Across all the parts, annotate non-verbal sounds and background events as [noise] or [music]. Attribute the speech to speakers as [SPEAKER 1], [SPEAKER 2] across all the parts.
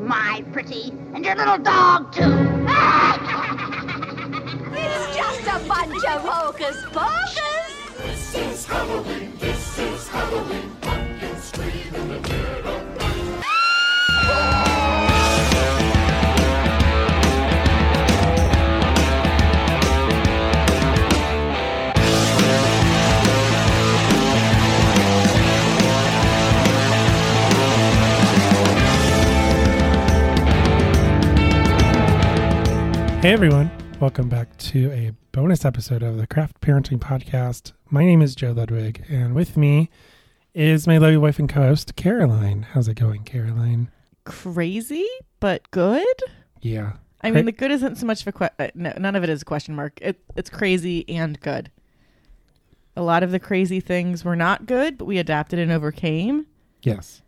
[SPEAKER 1] my pretty, and your little dog, too. [laughs]
[SPEAKER 2] It's just a bunch of hocus pocus.
[SPEAKER 3] Hey everyone, welcome back to a bonus episode of the Craft Parenting Podcast. My name is Joe Ludwig, and with me is my lovely wife and co-host Caroline. How's it going, Caroline?
[SPEAKER 4] crazy but good.
[SPEAKER 3] Yeah,
[SPEAKER 4] I
[SPEAKER 3] Cra-
[SPEAKER 4] mean, the good isn't so much of a que- uh, no, none of it is a question mark. It, it's crazy and good. A lot of the crazy things were not good, but we adapted and overcame,
[SPEAKER 3] yes.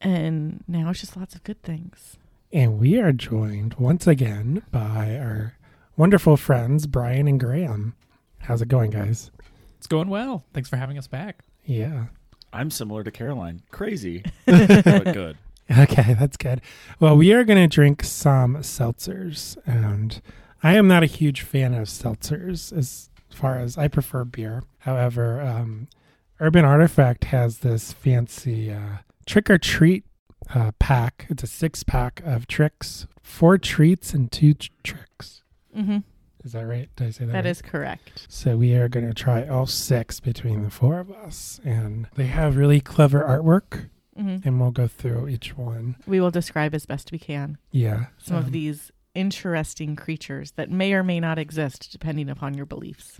[SPEAKER 4] and now it's just lots of good things.
[SPEAKER 3] And we are joined once again by our wonderful friends Brian and Graham. How's it going, guys?
[SPEAKER 5] It's going well. Thanks for having us back.
[SPEAKER 3] Yeah.
[SPEAKER 6] I'm similar to Caroline. Crazy, [laughs] but good.
[SPEAKER 3] [laughs] Okay, that's good. Well, we are going to drink some seltzers, and I am not a huge fan of seltzers as far as I prefer beer. However, um, Urban Artifact has this fancy uh, trick or treat uh, pack. It's a six pack of tricks, four treats, and two tr- tricks.
[SPEAKER 4] Mm-hmm.
[SPEAKER 3] Is that right? Did I say that?
[SPEAKER 4] That
[SPEAKER 3] right?
[SPEAKER 4] is correct.
[SPEAKER 3] So we are going to try all six between the four of us, and they have really clever artwork,
[SPEAKER 4] hmm
[SPEAKER 3] and we'll go through each one.
[SPEAKER 4] We will describe as best we can
[SPEAKER 3] Yeah.
[SPEAKER 4] some
[SPEAKER 3] um,
[SPEAKER 4] of these interesting creatures that may or may not exist, depending upon your beliefs.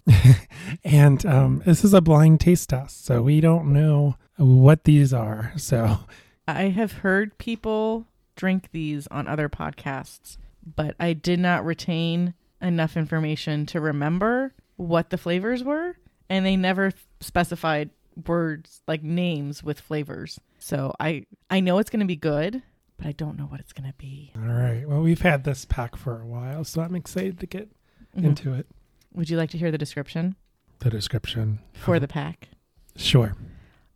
[SPEAKER 3] And um, this is a blind taste test, so we don't know what these are. So
[SPEAKER 4] I have heard people drink these on other podcasts, but I did not retain enough information to remember what the flavors were, and they never f- specified words like names with flavors. So I I know it's going to be good, but I don't know what it's going to be.
[SPEAKER 3] all right. Well, we've had this pack for a while, so I'm excited to get
[SPEAKER 4] Mhm.
[SPEAKER 3] into it.
[SPEAKER 4] Would you like to hear the description
[SPEAKER 3] The description.
[SPEAKER 4] for the pack?
[SPEAKER 3] Sure.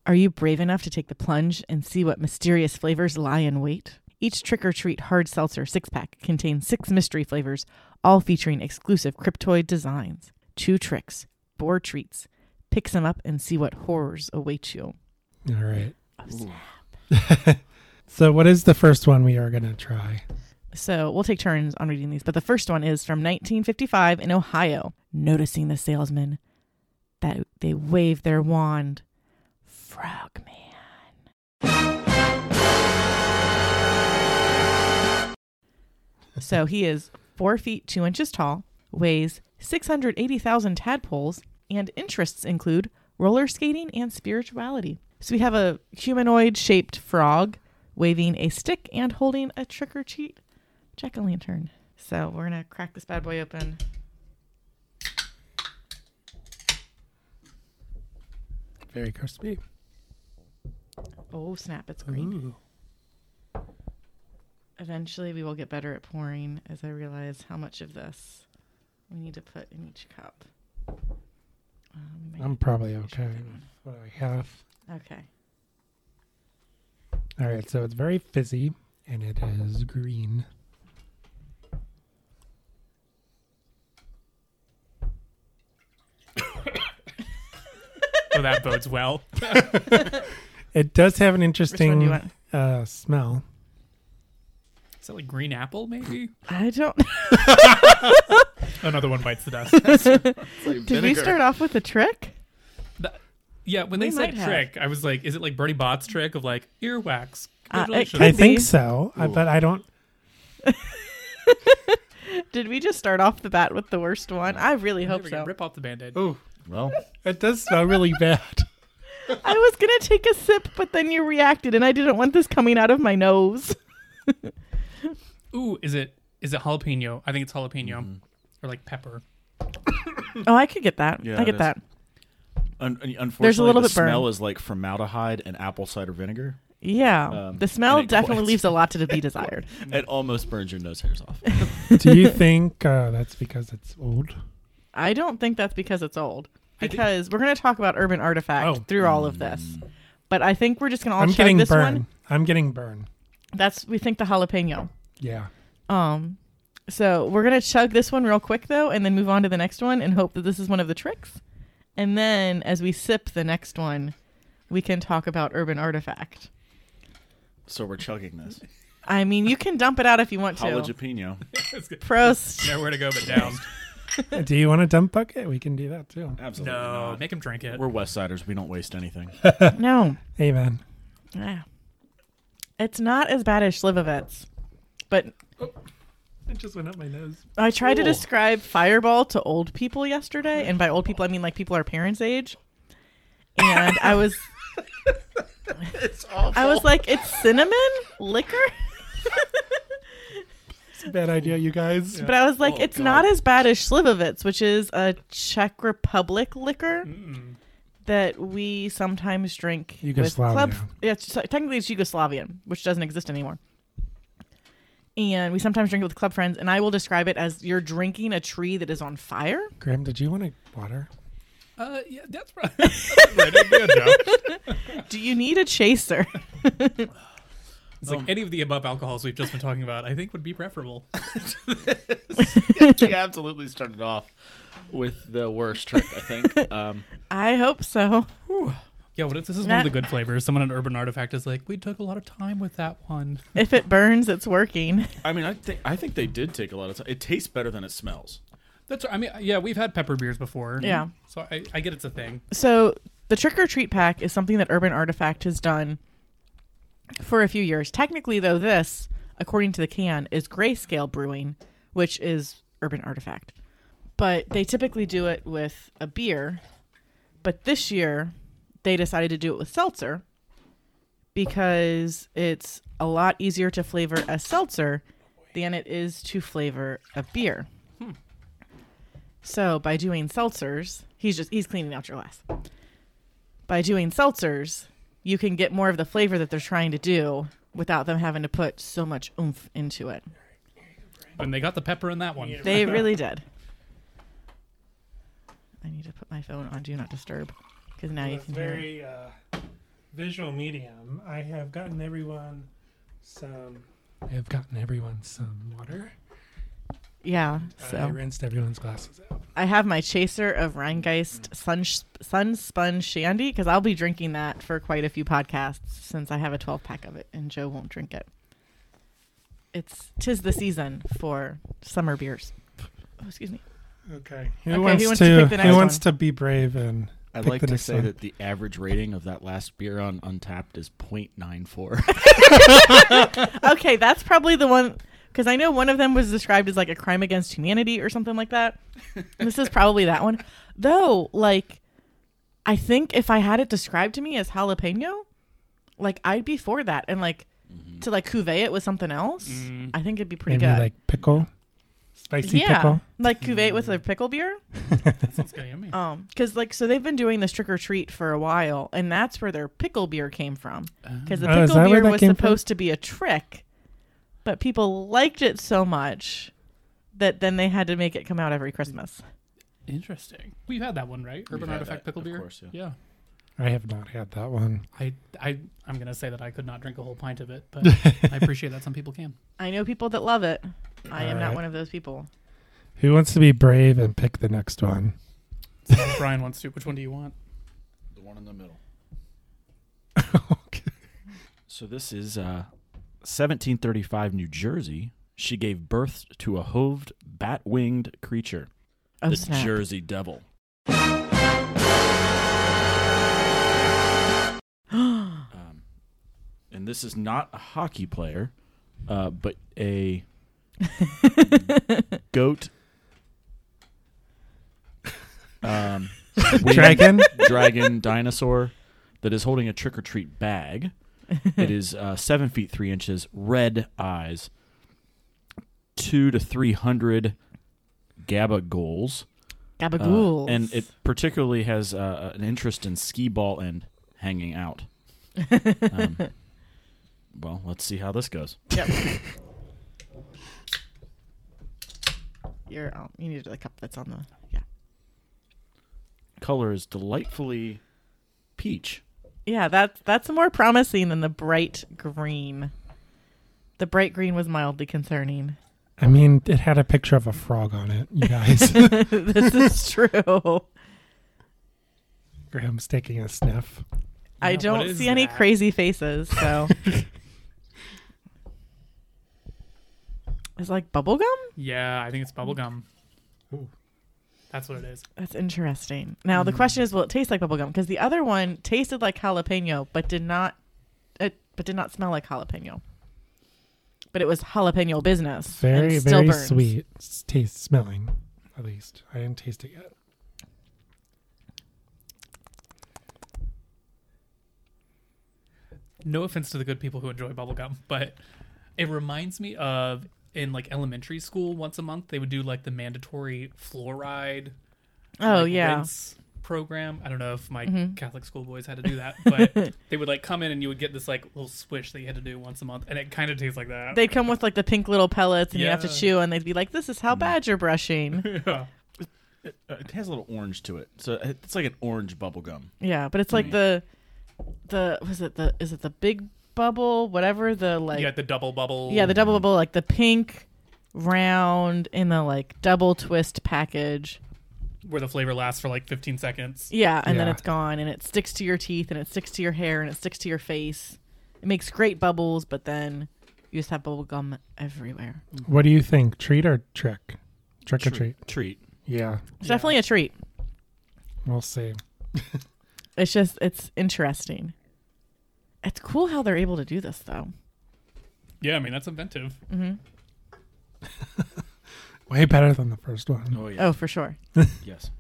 [SPEAKER 4] Are you brave enough to take the plunge and see what mysterious flavors lie in wait? Each trick or treat hard seltzer six pack contains six mystery flavors, all featuring exclusive cryptoid designs. Two tricks, four treats. Pick some up and see what horrors await you.
[SPEAKER 3] All right.
[SPEAKER 4] Oh, snap.
[SPEAKER 3] [laughs] So what is the first one we are going to try?
[SPEAKER 4] So we'll take turns on reading these, but the first one is from 1955 in Ohio. Noticing the salesman, that they wave their wand. Frogman. So he is four feet two inches tall, weighs 680,000 tadpoles, and interests include roller skating and spirituality. So we have a humanoid shaped frog waving a stick and holding a trick or treat jack o' lantern. So we're going to crack this bad boy open.
[SPEAKER 3] Very crispy.
[SPEAKER 4] Oh, snap, it's green. Eventually, we will get better at pouring as I realize how much of this we need to put in each cup. Um, we might
[SPEAKER 3] I'm
[SPEAKER 4] need to
[SPEAKER 3] probably
[SPEAKER 4] finish with
[SPEAKER 3] okay
[SPEAKER 4] that one.
[SPEAKER 3] with what I have.
[SPEAKER 4] Okay.
[SPEAKER 3] All right. So it's very fizzy, and it is green.
[SPEAKER 5] So Oh, that bodes well.
[SPEAKER 3] It does have an
[SPEAKER 4] Which one do you
[SPEAKER 3] interesting
[SPEAKER 4] want?
[SPEAKER 3] uh, smell.
[SPEAKER 5] Is that like green apple, maybe?
[SPEAKER 4] I don't.
[SPEAKER 5] Another one bites the dust. [laughs]
[SPEAKER 4] Did we start off with a trick?
[SPEAKER 5] yeah, when
[SPEAKER 4] We
[SPEAKER 5] they
[SPEAKER 4] might
[SPEAKER 5] said
[SPEAKER 4] have.
[SPEAKER 5] trick, I was like, is it like Bernie Bot's trick of like earwax?
[SPEAKER 4] Uh, it
[SPEAKER 5] Congratulations.
[SPEAKER 3] I
[SPEAKER 4] could
[SPEAKER 3] think
[SPEAKER 4] be.
[SPEAKER 3] so, I, but I don't.
[SPEAKER 4] Did we just start off the bat with the worst one? I really
[SPEAKER 5] There
[SPEAKER 4] hope
[SPEAKER 5] we go.
[SPEAKER 4] so.
[SPEAKER 5] Rip off the band-aid.
[SPEAKER 6] Well,
[SPEAKER 3] It does smell really bad.
[SPEAKER 4] I was going to take a sip, but then you reacted, and I didn't want this coming out of my nose.
[SPEAKER 5] Ooh, is it is it jalapeno? I think it's jalapeno. Or like pepper.
[SPEAKER 4] Oh, I could get that.
[SPEAKER 6] Yeah,
[SPEAKER 4] I
[SPEAKER 6] it
[SPEAKER 4] get
[SPEAKER 6] is.
[SPEAKER 4] that.
[SPEAKER 6] un- unfortunately,
[SPEAKER 4] There's a little
[SPEAKER 6] the
[SPEAKER 4] bit burn.
[SPEAKER 6] smell is like formaldehyde and apple cider vinegar.
[SPEAKER 4] Yeah.
[SPEAKER 6] Um,
[SPEAKER 4] the smell
[SPEAKER 6] and it
[SPEAKER 4] definitely
[SPEAKER 6] quite-
[SPEAKER 4] leaves a lot to be desired.
[SPEAKER 6] It almost burns your nose hairs [laughs] off.
[SPEAKER 3] Do
[SPEAKER 4] [laughs]
[SPEAKER 3] you think uh, that's because it's old?
[SPEAKER 4] I don't think that's because it's old.
[SPEAKER 5] I thi-
[SPEAKER 4] Because we're going to talk about urban artifact
[SPEAKER 3] Oh.
[SPEAKER 4] through all of this. But I think we're just going to all
[SPEAKER 3] I'm
[SPEAKER 4] check
[SPEAKER 3] getting
[SPEAKER 4] this
[SPEAKER 3] burn.
[SPEAKER 4] one.
[SPEAKER 3] I'm getting burn.
[SPEAKER 4] That's we think the jalapeno.
[SPEAKER 3] Yeah.
[SPEAKER 4] Um, so we're gonna chug this one real quick though, and then move on to the next one, and hope that this is one of the tricks. And then as we sip the next one, we can talk about urban artifact.
[SPEAKER 6] So we're chugging this.
[SPEAKER 4] I mean, you can dump it out if you want to.
[SPEAKER 6] Jalapeno.
[SPEAKER 5] It's good.
[SPEAKER 4] Prost.
[SPEAKER 5] Nowhere to go but down.
[SPEAKER 3] Do you want a dump bucket? We can do that too.
[SPEAKER 6] Absolutely.
[SPEAKER 5] No,
[SPEAKER 6] not.
[SPEAKER 5] make him drink it.
[SPEAKER 6] We're West Siders. We don't waste [laughs] anything.
[SPEAKER 4] No.
[SPEAKER 3] Amen.
[SPEAKER 4] Yeah. It's not as bad as Slivovitz, but
[SPEAKER 3] It just went up my nose.
[SPEAKER 4] I tried to
[SPEAKER 6] Cool.
[SPEAKER 4] describe Fireball to old people yesterday, and by old people I mean like people our parents' age. And I was,
[SPEAKER 6] [laughs] it's awful.
[SPEAKER 4] I was like, it's cinnamon liquor, [laughs]
[SPEAKER 3] It's a bad idea, you guys.
[SPEAKER 4] but I was like,
[SPEAKER 6] Oh,
[SPEAKER 4] it's
[SPEAKER 6] God.
[SPEAKER 4] not as bad as Slivovitz, which is a Czech Republic liquor that we sometimes drink with club.
[SPEAKER 3] Yugoslavia.
[SPEAKER 4] Yeah, it's, uh, technically it's Yugoslavian, which doesn't exist anymore. And we sometimes drink it with club friends, and I will describe it as you're drinking a tree that is on fire.
[SPEAKER 3] Graham, did you want a water?
[SPEAKER 5] Uh, yeah, that's probably. [laughs] That's right. It'd be a joke.
[SPEAKER 4] Do you need a chaser? [laughs]
[SPEAKER 5] It's like any of the above alcohols we've just been talking about, I think would be preferable.
[SPEAKER 6] she absolutely started off with the worst trick, I [laughs] think. Um,
[SPEAKER 4] I hope so.
[SPEAKER 5] Yeah, what if this is one
[SPEAKER 4] That-
[SPEAKER 5] of the good flavors? Someone at Urban Artifact is like, we took a lot of time with that one.
[SPEAKER 4] If it burns, it's working.
[SPEAKER 6] I mean, I think I think they did take a lot of time. It tastes better than it smells.
[SPEAKER 5] That's. I mean, yeah, we've had pepper beers before.
[SPEAKER 4] Yeah.
[SPEAKER 5] So I, I get it's a thing.
[SPEAKER 4] So, the trick or treat pack is something that Urban Artifact has done for a few years. Technically, though, this, according to the can, is Grayscale Brewing, which is Urban Artifact. But they typically do it with a beer. But this year, they decided to do it with seltzer because it's a lot easier to flavor a seltzer than it is to flavor a beer. So by doing seltzers, he's just he's cleaning out your glass. By doing seltzers, you can get more of the flavor that they're trying to do without them having to put so much oomph into it.
[SPEAKER 5] And they got the pepper in that one.
[SPEAKER 4] They really did. I need to put my phone on do not disturb because now you can hear. it.
[SPEAKER 3] very uh, visual medium. I have gotten everyone some. I have gotten everyone some water.
[SPEAKER 4] Yeah,
[SPEAKER 3] I
[SPEAKER 4] so
[SPEAKER 3] rinsed everyone's glasses out.
[SPEAKER 4] I have my chaser of Rheingeist sun sunspun shandy because I'll be drinking that for quite a few podcasts since I have a 12 pack of it and Joe won't drink it. It's tis the season for summer beers. Oh, excuse me.
[SPEAKER 3] Okay. Who
[SPEAKER 4] Okay,
[SPEAKER 3] wants,
[SPEAKER 4] who wants to
[SPEAKER 3] to?
[SPEAKER 4] pick the next
[SPEAKER 3] who wants
[SPEAKER 4] one?
[SPEAKER 3] to be brave and?
[SPEAKER 6] I'd
[SPEAKER 3] pick
[SPEAKER 6] like
[SPEAKER 3] the
[SPEAKER 6] to
[SPEAKER 3] next
[SPEAKER 6] say
[SPEAKER 3] one?
[SPEAKER 6] that the average rating of that last beer on Untapped is 0.94.
[SPEAKER 4] Okay, that's probably the one because I know one of them was described as like a crime against humanity or something like that. this is probably that one, though. Like, I think if I had it described to me as jalapeno, like I'd be for that, and like to like cuvee it with something else, I think it'd be pretty
[SPEAKER 3] maybe
[SPEAKER 4] good.
[SPEAKER 3] like pickle, spicy
[SPEAKER 4] yeah,
[SPEAKER 3] pickle.
[SPEAKER 4] like cuvee it with a pickle beer.
[SPEAKER 5] That sounds kind of yummy.
[SPEAKER 4] Um, because like so they've been doing this trick or treat for a while, and that's where their pickle beer came from.
[SPEAKER 6] Uh,
[SPEAKER 4] Because the
[SPEAKER 3] Oh, is
[SPEAKER 4] pickle
[SPEAKER 3] that where
[SPEAKER 4] beer
[SPEAKER 3] that
[SPEAKER 4] was
[SPEAKER 3] came from?
[SPEAKER 4] supposed to be a trick, but people liked it so much that then they had to make it come out every Christmas.
[SPEAKER 5] Interesting. We've had that one, right?
[SPEAKER 6] We've
[SPEAKER 5] Urban
[SPEAKER 6] had
[SPEAKER 5] Artifact
[SPEAKER 6] that,
[SPEAKER 5] pickle
[SPEAKER 6] of
[SPEAKER 5] beer.
[SPEAKER 6] course, yeah.
[SPEAKER 5] yeah.
[SPEAKER 3] I have not had that one.
[SPEAKER 5] I I I'm gonna say that I could not drink a whole pint of it, but I
[SPEAKER 6] [laughs]
[SPEAKER 5] appreciate that some people can.
[SPEAKER 4] I know people that love it. I am not
[SPEAKER 3] Alright.
[SPEAKER 4] one of those people.
[SPEAKER 3] Who wants to be brave and pick the next [laughs] one?
[SPEAKER 5] So if Brian wants to. Which one do you want?
[SPEAKER 6] the one in the middle.
[SPEAKER 3] okay.
[SPEAKER 6] So this is uh, 1735 New Jersey. She gave birth to a hoved, bat-winged creature,
[SPEAKER 4] Oh
[SPEAKER 6] the
[SPEAKER 4] snap! [gasps]
[SPEAKER 6] Jersey Devil. um, and this is not a hockey player, uh, but
[SPEAKER 4] [laughs]
[SPEAKER 6] a goat. Um, winged-
[SPEAKER 3] Dragon.
[SPEAKER 6] dragon dinosaur that is holding a trick or treat bag. It is uh, seven feet three inches, red eyes, two to three hundred GABA goals, uh,
[SPEAKER 4] Gabagools.
[SPEAKER 6] and it particularly has uh, an interest in skee ball and hanging out. Um, well, let's see how this goes.
[SPEAKER 4] You're um, you need the cup that's on the yeah
[SPEAKER 6] Color is delightfully peach.
[SPEAKER 4] yeah that's that's more promising than the bright green. The bright green was mildly concerning. [laughs]
[SPEAKER 3] I mean, it had a picture of a frog on it, you
[SPEAKER 4] [laughs]
[SPEAKER 3] guys. [laughs]
[SPEAKER 4] this is true.
[SPEAKER 3] Graham's taking a sniff.
[SPEAKER 4] I
[SPEAKER 5] what
[SPEAKER 4] don't
[SPEAKER 5] is
[SPEAKER 4] see any
[SPEAKER 5] that?
[SPEAKER 4] crazy faces,
[SPEAKER 5] [laughs]
[SPEAKER 4] so. it's like bubblegum?
[SPEAKER 5] Yeah, I think it's bubblegum.
[SPEAKER 3] Ooh.
[SPEAKER 5] That's what it is.
[SPEAKER 4] That's interesting. Now,
[SPEAKER 5] Hmm.
[SPEAKER 4] the question is will it taste like bubblegum? Because the other one tasted like jalapeno, but did not. It, but did not smell like jalapeno. But it was jalapeno business. and
[SPEAKER 3] Very,
[SPEAKER 4] still
[SPEAKER 3] very
[SPEAKER 4] burns.
[SPEAKER 3] sweet. It's taste smelling, at least. I didn't taste it yet.
[SPEAKER 5] No offense to the good people who enjoy bubblegum, but it reminds me of in like elementary school once a month they would do like the mandatory fluoride
[SPEAKER 4] Oh,
[SPEAKER 5] like,
[SPEAKER 4] yeah. Mm-hmm.
[SPEAKER 5] rinse program. I don't know if my Catholic school boys had to do that,
[SPEAKER 4] [laughs]
[SPEAKER 5] but they would like come in and you would get this like little swish that you had to do once a month, and it kind of tastes like that.
[SPEAKER 4] They'd come with like the pink little pellets and you have to
[SPEAKER 5] Yeah. Hmm.
[SPEAKER 4] chew, and they'd be like, this is how bad you're
[SPEAKER 5] [laughs]
[SPEAKER 4] brushing.
[SPEAKER 6] Uh, It has a little orange to it, so it's like an orange bubble gum.
[SPEAKER 4] yeah, but it's like the. The. Was it the. Is it the big bubble? Whatever the like.
[SPEAKER 5] you got the double bubble.
[SPEAKER 4] Yeah, the double bubble, like the pink round in the like double twist package.
[SPEAKER 5] where the flavor lasts for like 15 seconds.
[SPEAKER 4] Yeah, and then
[SPEAKER 3] Yeah.
[SPEAKER 4] it's gone and it sticks to your teeth and it sticks to your hair and it sticks to your face. It makes great bubbles, but then you just have bubble gum everywhere. It's
[SPEAKER 3] What do you think? Treat or trick? Trick or treat?
[SPEAKER 6] Treat.
[SPEAKER 3] Yeah,
[SPEAKER 4] definitely a treat.
[SPEAKER 3] we'll see.
[SPEAKER 4] It's just it's interesting. It's cool how they're able to do this though.
[SPEAKER 5] Yeah, I mean that's inventive.
[SPEAKER 3] Way better than the first one.
[SPEAKER 6] Oh yeah.
[SPEAKER 4] Oh, for sure.
[SPEAKER 6] Yes.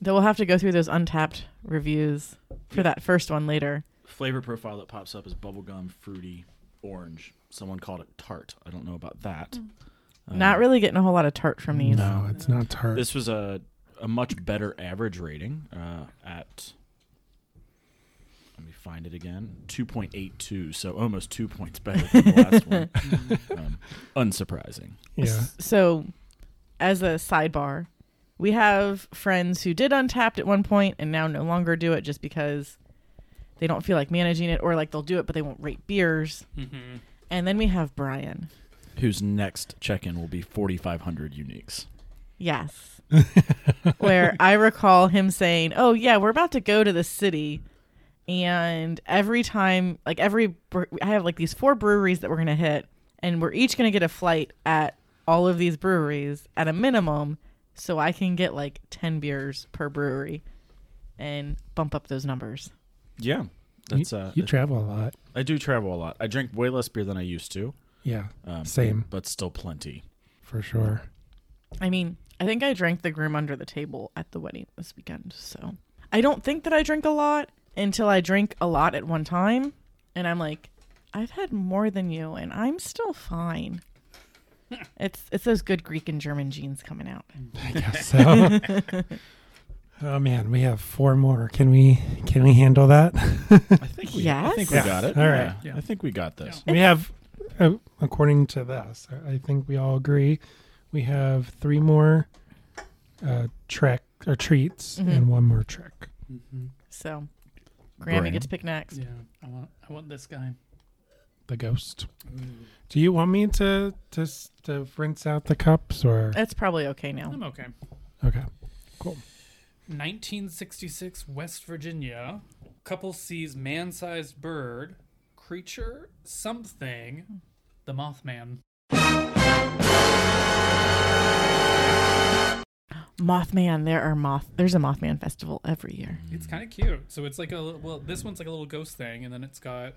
[SPEAKER 4] Though we'll have to go through those untapped reviews for that first one later.
[SPEAKER 6] Flavor profile that pops up is bubble gum, fruity, orange. Someone called it tart. I don't know about that.
[SPEAKER 3] Uh,
[SPEAKER 4] Not really getting a whole lot of tart from these.
[SPEAKER 3] No, it's not tart.
[SPEAKER 6] This was a a much better average rating uh, at. Let me find it again. Two point eight two, so almost two points better than the last one. [laughs] Um, unsurprising.
[SPEAKER 3] yeah.
[SPEAKER 4] So, as a sidebar, we have friends who did Untapped at one point and now no longer do it just because they don't feel like managing it, or like they'll do it but they won't rate beers. And then we have Brian.
[SPEAKER 6] Whose next check-in will be forty five hundred uniques?
[SPEAKER 4] Yes. Where I recall him saying, "Oh yeah, we're about to go to the city." And every time, like every bre- I have like these four breweries that we're going to hit and we're each going to get a flight at all of these breweries at a minimum so I can get like 10 beers per brewery and bump up those numbers.
[SPEAKER 6] Yeah,
[SPEAKER 3] You,
[SPEAKER 6] that's uh,
[SPEAKER 3] you travel a lot.
[SPEAKER 6] I do travel a lot. I drink way less beer than I used to.
[SPEAKER 3] Yeah,
[SPEAKER 6] Um,
[SPEAKER 3] Same.
[SPEAKER 6] but still plenty.
[SPEAKER 3] for sure.
[SPEAKER 4] I mean, I think I drank the groom under the table at the wedding this weekend. So I don't think that I drink a lot until I drink a lot at one time. And I'm like, I've had more than you and I'm still
[SPEAKER 5] [laughs]
[SPEAKER 4] fine. It's it's those good Greek and German genes coming out.
[SPEAKER 3] I guess so. [laughs] oh man, we have four more. Can we can we handle that?
[SPEAKER 6] I think we. I
[SPEAKER 4] Yes?
[SPEAKER 6] think
[SPEAKER 3] Yes.
[SPEAKER 6] we got it.
[SPEAKER 3] All
[SPEAKER 6] Yeah.
[SPEAKER 3] right.
[SPEAKER 5] Yeah.
[SPEAKER 6] I think we got this.
[SPEAKER 3] we have, uh, according to this, I think we all agree, we have three more uh, trek or treats
[SPEAKER 4] Mm-hmm.
[SPEAKER 3] and one more trick.
[SPEAKER 4] So Graham, you
[SPEAKER 6] Graham?
[SPEAKER 4] get to pick next.
[SPEAKER 5] Yeah, I want I want this guy.
[SPEAKER 3] The ghost. Do you want me to to s- to rinse out the cups or
[SPEAKER 4] That's probably okay now.
[SPEAKER 5] I'm okay.
[SPEAKER 3] okay? Cool.
[SPEAKER 5] 1966 West Virginia. Couple sees man-sized bird, creature, something, the Mothman.
[SPEAKER 4] Mothman, there are moth there's a Mothman festival every year.
[SPEAKER 5] It's kind of cute. So it's like a li- well, this one's like a little ghost thing, and then it's got.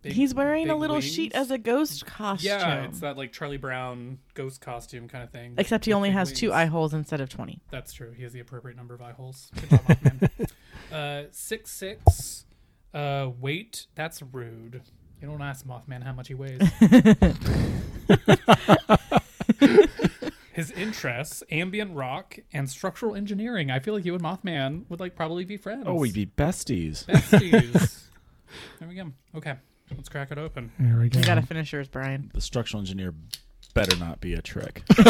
[SPEAKER 5] big-
[SPEAKER 4] He's wearing a
[SPEAKER 5] big
[SPEAKER 4] little
[SPEAKER 5] wings.
[SPEAKER 4] sheet as a ghost costume.
[SPEAKER 5] Yeah, it's that like Charlie Brown ghost costume kind of thing.
[SPEAKER 4] Except he
[SPEAKER 5] with
[SPEAKER 4] only
[SPEAKER 5] big
[SPEAKER 4] has two
[SPEAKER 5] wings.
[SPEAKER 4] eye holes instead of twenty.
[SPEAKER 5] That's true. He has the appropriate number of eye holes. Good job,
[SPEAKER 4] [laughs]
[SPEAKER 5] Mothman. uh, six six. Uh, weight. That's rude. You don't ask Mothman how much
[SPEAKER 4] [laughs]
[SPEAKER 5] he weighs. His interests: ambient rock and structural engineering. I feel like you and Mothman would like probably be friends.
[SPEAKER 6] Oh, we'd be besties.
[SPEAKER 5] besties. [laughs] there we go. Okay, let's crack it open.
[SPEAKER 3] There we go.
[SPEAKER 4] You gotta finish yours, Brian.
[SPEAKER 6] The structural engineer better not be a [laughs] trick.
[SPEAKER 5] Okay,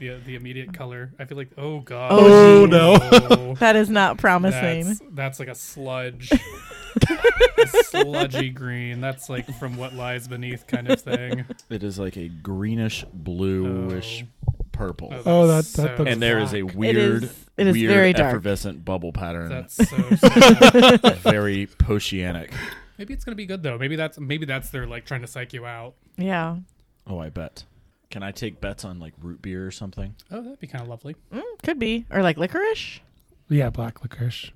[SPEAKER 5] the the immediate color. I feel like oh god.
[SPEAKER 4] Oh,
[SPEAKER 5] no.
[SPEAKER 4] [laughs] That is not promising. [laughs]
[SPEAKER 5] That's, that's like a sludge. A sludgy green. That's like from what lies beneath kind of thing.
[SPEAKER 6] It is like a greenish bluish purple.
[SPEAKER 3] Oh, that- that looks-
[SPEAKER 6] and there is a weird,
[SPEAKER 4] is- it is
[SPEAKER 6] weird
[SPEAKER 4] very dark.
[SPEAKER 6] effervescent bubble pattern.
[SPEAKER 5] That's so. sad.
[SPEAKER 4] [laughs]
[SPEAKER 6] [laughs] very potianic.
[SPEAKER 5] maybe it's gonna be good though. Maybe that's maybe that's their like trying to psych you out.
[SPEAKER 4] Yeah.
[SPEAKER 6] Oh, I bet. Can I take bets on like root beer or something?
[SPEAKER 5] Oh, that'd be kind of lovely.
[SPEAKER 4] Mm, could be. Or like licorice.
[SPEAKER 3] Yeah, black licorice.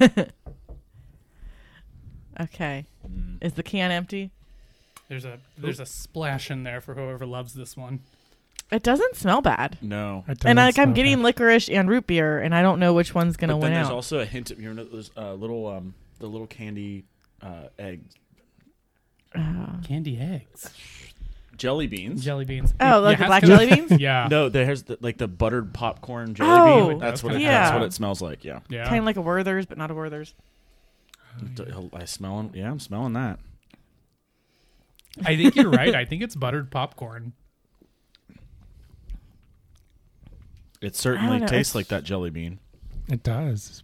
[SPEAKER 4] Okay.
[SPEAKER 6] Mm.
[SPEAKER 4] Is the can empty?
[SPEAKER 5] There's a there's a splash in there for whoever loves this one.
[SPEAKER 4] It doesn't smell bad.
[SPEAKER 6] No.
[SPEAKER 3] That
[SPEAKER 4] and uh,
[SPEAKER 3] doesn't
[SPEAKER 4] like I'm
[SPEAKER 3] smell
[SPEAKER 4] getting
[SPEAKER 3] bad.
[SPEAKER 4] licorice and root beer, and I don't know which one's gonna
[SPEAKER 6] But then
[SPEAKER 4] win
[SPEAKER 6] there's
[SPEAKER 4] out.
[SPEAKER 6] also a hint of you know those uh, little um the little candy uh, eggs
[SPEAKER 5] Candy eggs,
[SPEAKER 6] jelly beans.
[SPEAKER 5] jelly beans.
[SPEAKER 4] oh,
[SPEAKER 5] You
[SPEAKER 4] like the
[SPEAKER 5] have
[SPEAKER 4] black
[SPEAKER 5] to-
[SPEAKER 4] jelly beans.
[SPEAKER 5] [laughs] Yeah.
[SPEAKER 6] no, there's the, like the buttered popcorn jelly
[SPEAKER 4] Oh,
[SPEAKER 6] bean. That's what it,
[SPEAKER 4] okay.
[SPEAKER 6] that's
[SPEAKER 4] Yeah.
[SPEAKER 6] what it smells like. Yeah.
[SPEAKER 5] Yeah.
[SPEAKER 4] Kind of like a Werther's, but not a Werther's.
[SPEAKER 6] D- I smell. Yeah, I'm smelling that.
[SPEAKER 5] I think you're right. I think it's buttered popcorn.
[SPEAKER 6] It certainly
[SPEAKER 4] know, it's-
[SPEAKER 6] tastes like that jelly bean,
[SPEAKER 3] It does.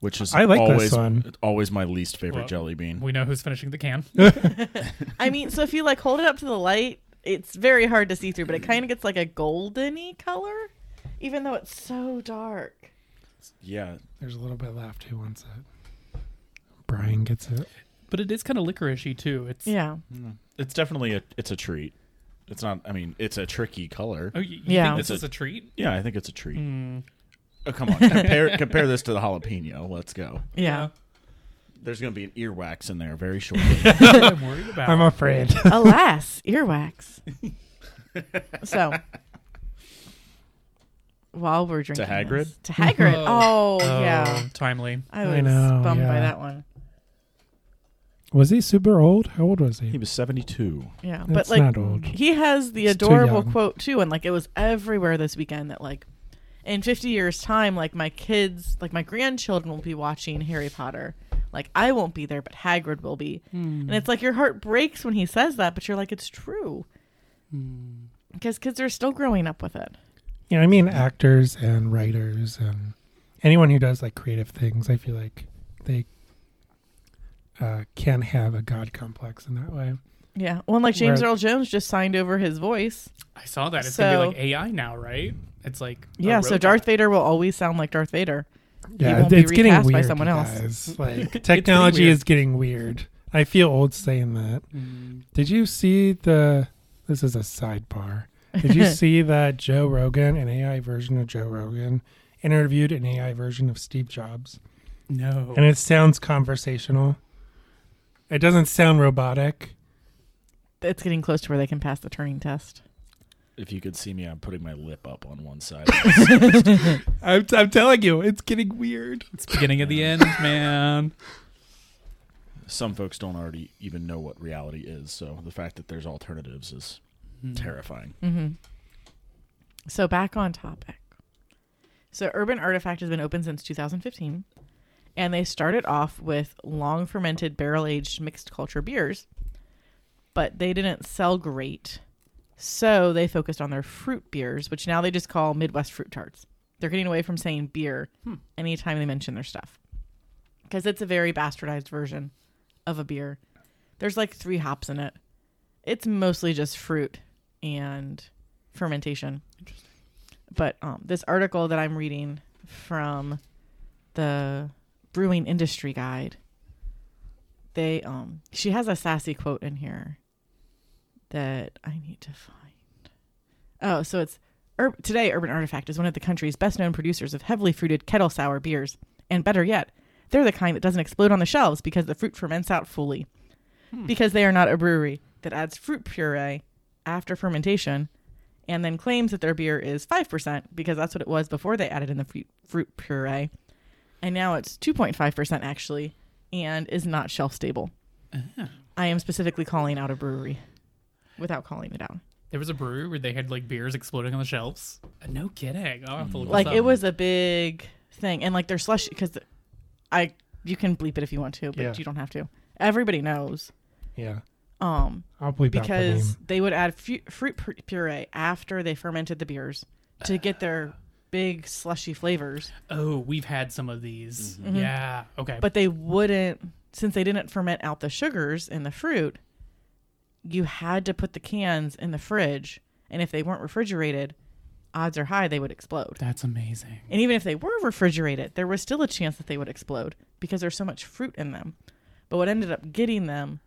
[SPEAKER 6] which is
[SPEAKER 3] I like this
[SPEAKER 6] always
[SPEAKER 3] one.
[SPEAKER 6] always my least favorite
[SPEAKER 5] Well,
[SPEAKER 6] jelly bean.
[SPEAKER 5] We know who's finishing
[SPEAKER 3] [laughs]
[SPEAKER 5] the can.
[SPEAKER 4] I mean, so if you like hold it up to the light, it's very hard to see through, but it kind of gets like a goldeny color, even though it's so dark.
[SPEAKER 6] yeah,
[SPEAKER 3] There's a little bit left. Who wants it? Brian gets it.
[SPEAKER 5] But it is kind of licoricey too. It's
[SPEAKER 4] Yeah.
[SPEAKER 6] it's definitely a it's a treat. It's not. I mean, it's a tricky color.
[SPEAKER 5] Oh, you, you
[SPEAKER 4] Yeah.
[SPEAKER 5] think this
[SPEAKER 6] It's
[SPEAKER 5] is
[SPEAKER 6] a-
[SPEAKER 5] a
[SPEAKER 6] [laughs]
[SPEAKER 5] treat?
[SPEAKER 6] Yeah, I think it's a treat. Oh, come on, [laughs] compare compare this to the jalapeno. Let's go.
[SPEAKER 4] Yeah.
[SPEAKER 6] There's going to be an earwax in there very shortly. [laughs]
[SPEAKER 5] I'm worried about.
[SPEAKER 3] I'm afraid.
[SPEAKER 4] Alas,
[SPEAKER 3] [laughs]
[SPEAKER 4] earwax. so, while we're drinking
[SPEAKER 6] Hagrid?
[SPEAKER 4] this-
[SPEAKER 3] [laughs]
[SPEAKER 4] to Hagrid. Oh,
[SPEAKER 3] um,
[SPEAKER 4] yeah,
[SPEAKER 5] timely.
[SPEAKER 4] I was
[SPEAKER 3] I know,
[SPEAKER 4] bummed
[SPEAKER 3] yeah.
[SPEAKER 4] by that one.
[SPEAKER 3] [laughs] was he super old? How old was
[SPEAKER 6] he
[SPEAKER 3] he?
[SPEAKER 6] was 72.
[SPEAKER 4] Yeah,
[SPEAKER 3] That's
[SPEAKER 4] but like
[SPEAKER 3] not old.
[SPEAKER 4] he has the
[SPEAKER 3] It's too
[SPEAKER 4] adorable
[SPEAKER 3] young.
[SPEAKER 4] quote too, and like it was everywhere this weekend that like in 50 years time, like my kids, like my grandchildren will be watching Harry Potter. Like I won't be there, but Hagrid will be,
[SPEAKER 3] Hmm.
[SPEAKER 4] and it's like your heart breaks when he says that, but you're like it's true.
[SPEAKER 3] Hmm.
[SPEAKER 4] Because kids are still growing up with it.
[SPEAKER 3] Yeah, I mean actors and writers and anyone who does like creative things. I feel like they uh, can have a god complex in that way.
[SPEAKER 4] Yeah. Well, and like James
[SPEAKER 3] Where-
[SPEAKER 4] Earl Jones just signed over his voice.
[SPEAKER 5] I saw that. It's gonna be
[SPEAKER 4] So-
[SPEAKER 5] like AI now, right? It's like a
[SPEAKER 4] Yeah. So
[SPEAKER 5] robot.
[SPEAKER 4] Darth Vader will always sound like Darth Vader.
[SPEAKER 3] Yeah,
[SPEAKER 4] won't be
[SPEAKER 3] it's getting
[SPEAKER 4] recast
[SPEAKER 3] weird.
[SPEAKER 4] by someone
[SPEAKER 3] you
[SPEAKER 4] else.
[SPEAKER 3] guys.
[SPEAKER 4] [laughs]
[SPEAKER 3] Like technology
[SPEAKER 5] weird.
[SPEAKER 3] is getting weird. I feel old saying that.
[SPEAKER 4] Mm.
[SPEAKER 3] Did you see the? This is a sidebar. Did
[SPEAKER 4] [laughs]
[SPEAKER 3] you see that Joe Rogan, an AI version of Joe Rogan, interviewed an AI version of Steve Jobs?
[SPEAKER 5] No.
[SPEAKER 3] and it sounds conversational. It doesn't sound robotic.
[SPEAKER 4] It's getting close to where they can pass the turning test.
[SPEAKER 6] If you could see me, I'm putting my lip up on one side.
[SPEAKER 3] I'm, I'm telling you, it's getting weird.
[SPEAKER 5] It's beginning of the end, man.
[SPEAKER 6] Some folks don't already even know what reality is, so the fact that there's alternatives is
[SPEAKER 3] Hmm.
[SPEAKER 6] terrifying.
[SPEAKER 4] So back on topic. So Urban Artifact has been open since 2015, and they started off with long fermented barrel aged mixed culture beers, but they didn't sell great. So they focused on their fruit beers, which now they just call Midwest fruit tarts. They're getting away from saying beer anytime they mention their stuff because it's a very bastardized version of a beer. There's like three hops in it. It's mostly just fruit and fermentation. But um, this article that I'm reading from the Brewing Industry Guide, they um, she has a sassy quote in here that I need to find. Oh, so it's Ur- today Urban Artifact is one of the country's best known producers of heavily fruited kettle sour beers, and better yet, they're the kind that doesn't explode on the shelves because the fruit ferments out fully. Because they are not a brewery that adds fruit puree after fermentation and then claims that their beer is 5% because that's what it was before they added in the fruit, fruit puree. And now it's 2.5% actually and is not shelf stable.
[SPEAKER 3] Uh-huh.
[SPEAKER 4] I am specifically calling out a brewery without calling it out.
[SPEAKER 5] There was a brewery where they had like beers exploding on the shelves. Uh, No kidding. I'll have to look
[SPEAKER 4] Like
[SPEAKER 5] this
[SPEAKER 4] it
[SPEAKER 5] up.
[SPEAKER 4] was a big thing and like their slush because I you can bleep it if you want to, but
[SPEAKER 3] Yeah.
[SPEAKER 4] you don't have to. Everybody knows.
[SPEAKER 3] Yeah,
[SPEAKER 4] Um
[SPEAKER 3] I'll bleep out the name.
[SPEAKER 4] because they would add fu- fruit pu- puree after they fermented the beers to get their big slushy flavors, Mm-hmm.
[SPEAKER 5] Oh, we've had some of these. Yeah. Okay.
[SPEAKER 4] but they wouldn't since they didn't ferment out the sugars in the fruit, you had to put the cans in the fridge. And if they weren't refrigerated, odds are high they would explode.
[SPEAKER 5] That's amazing.
[SPEAKER 4] And even if they were refrigerated, there was still a chance that they would explode because there's so much fruit in them. But what ended up getting them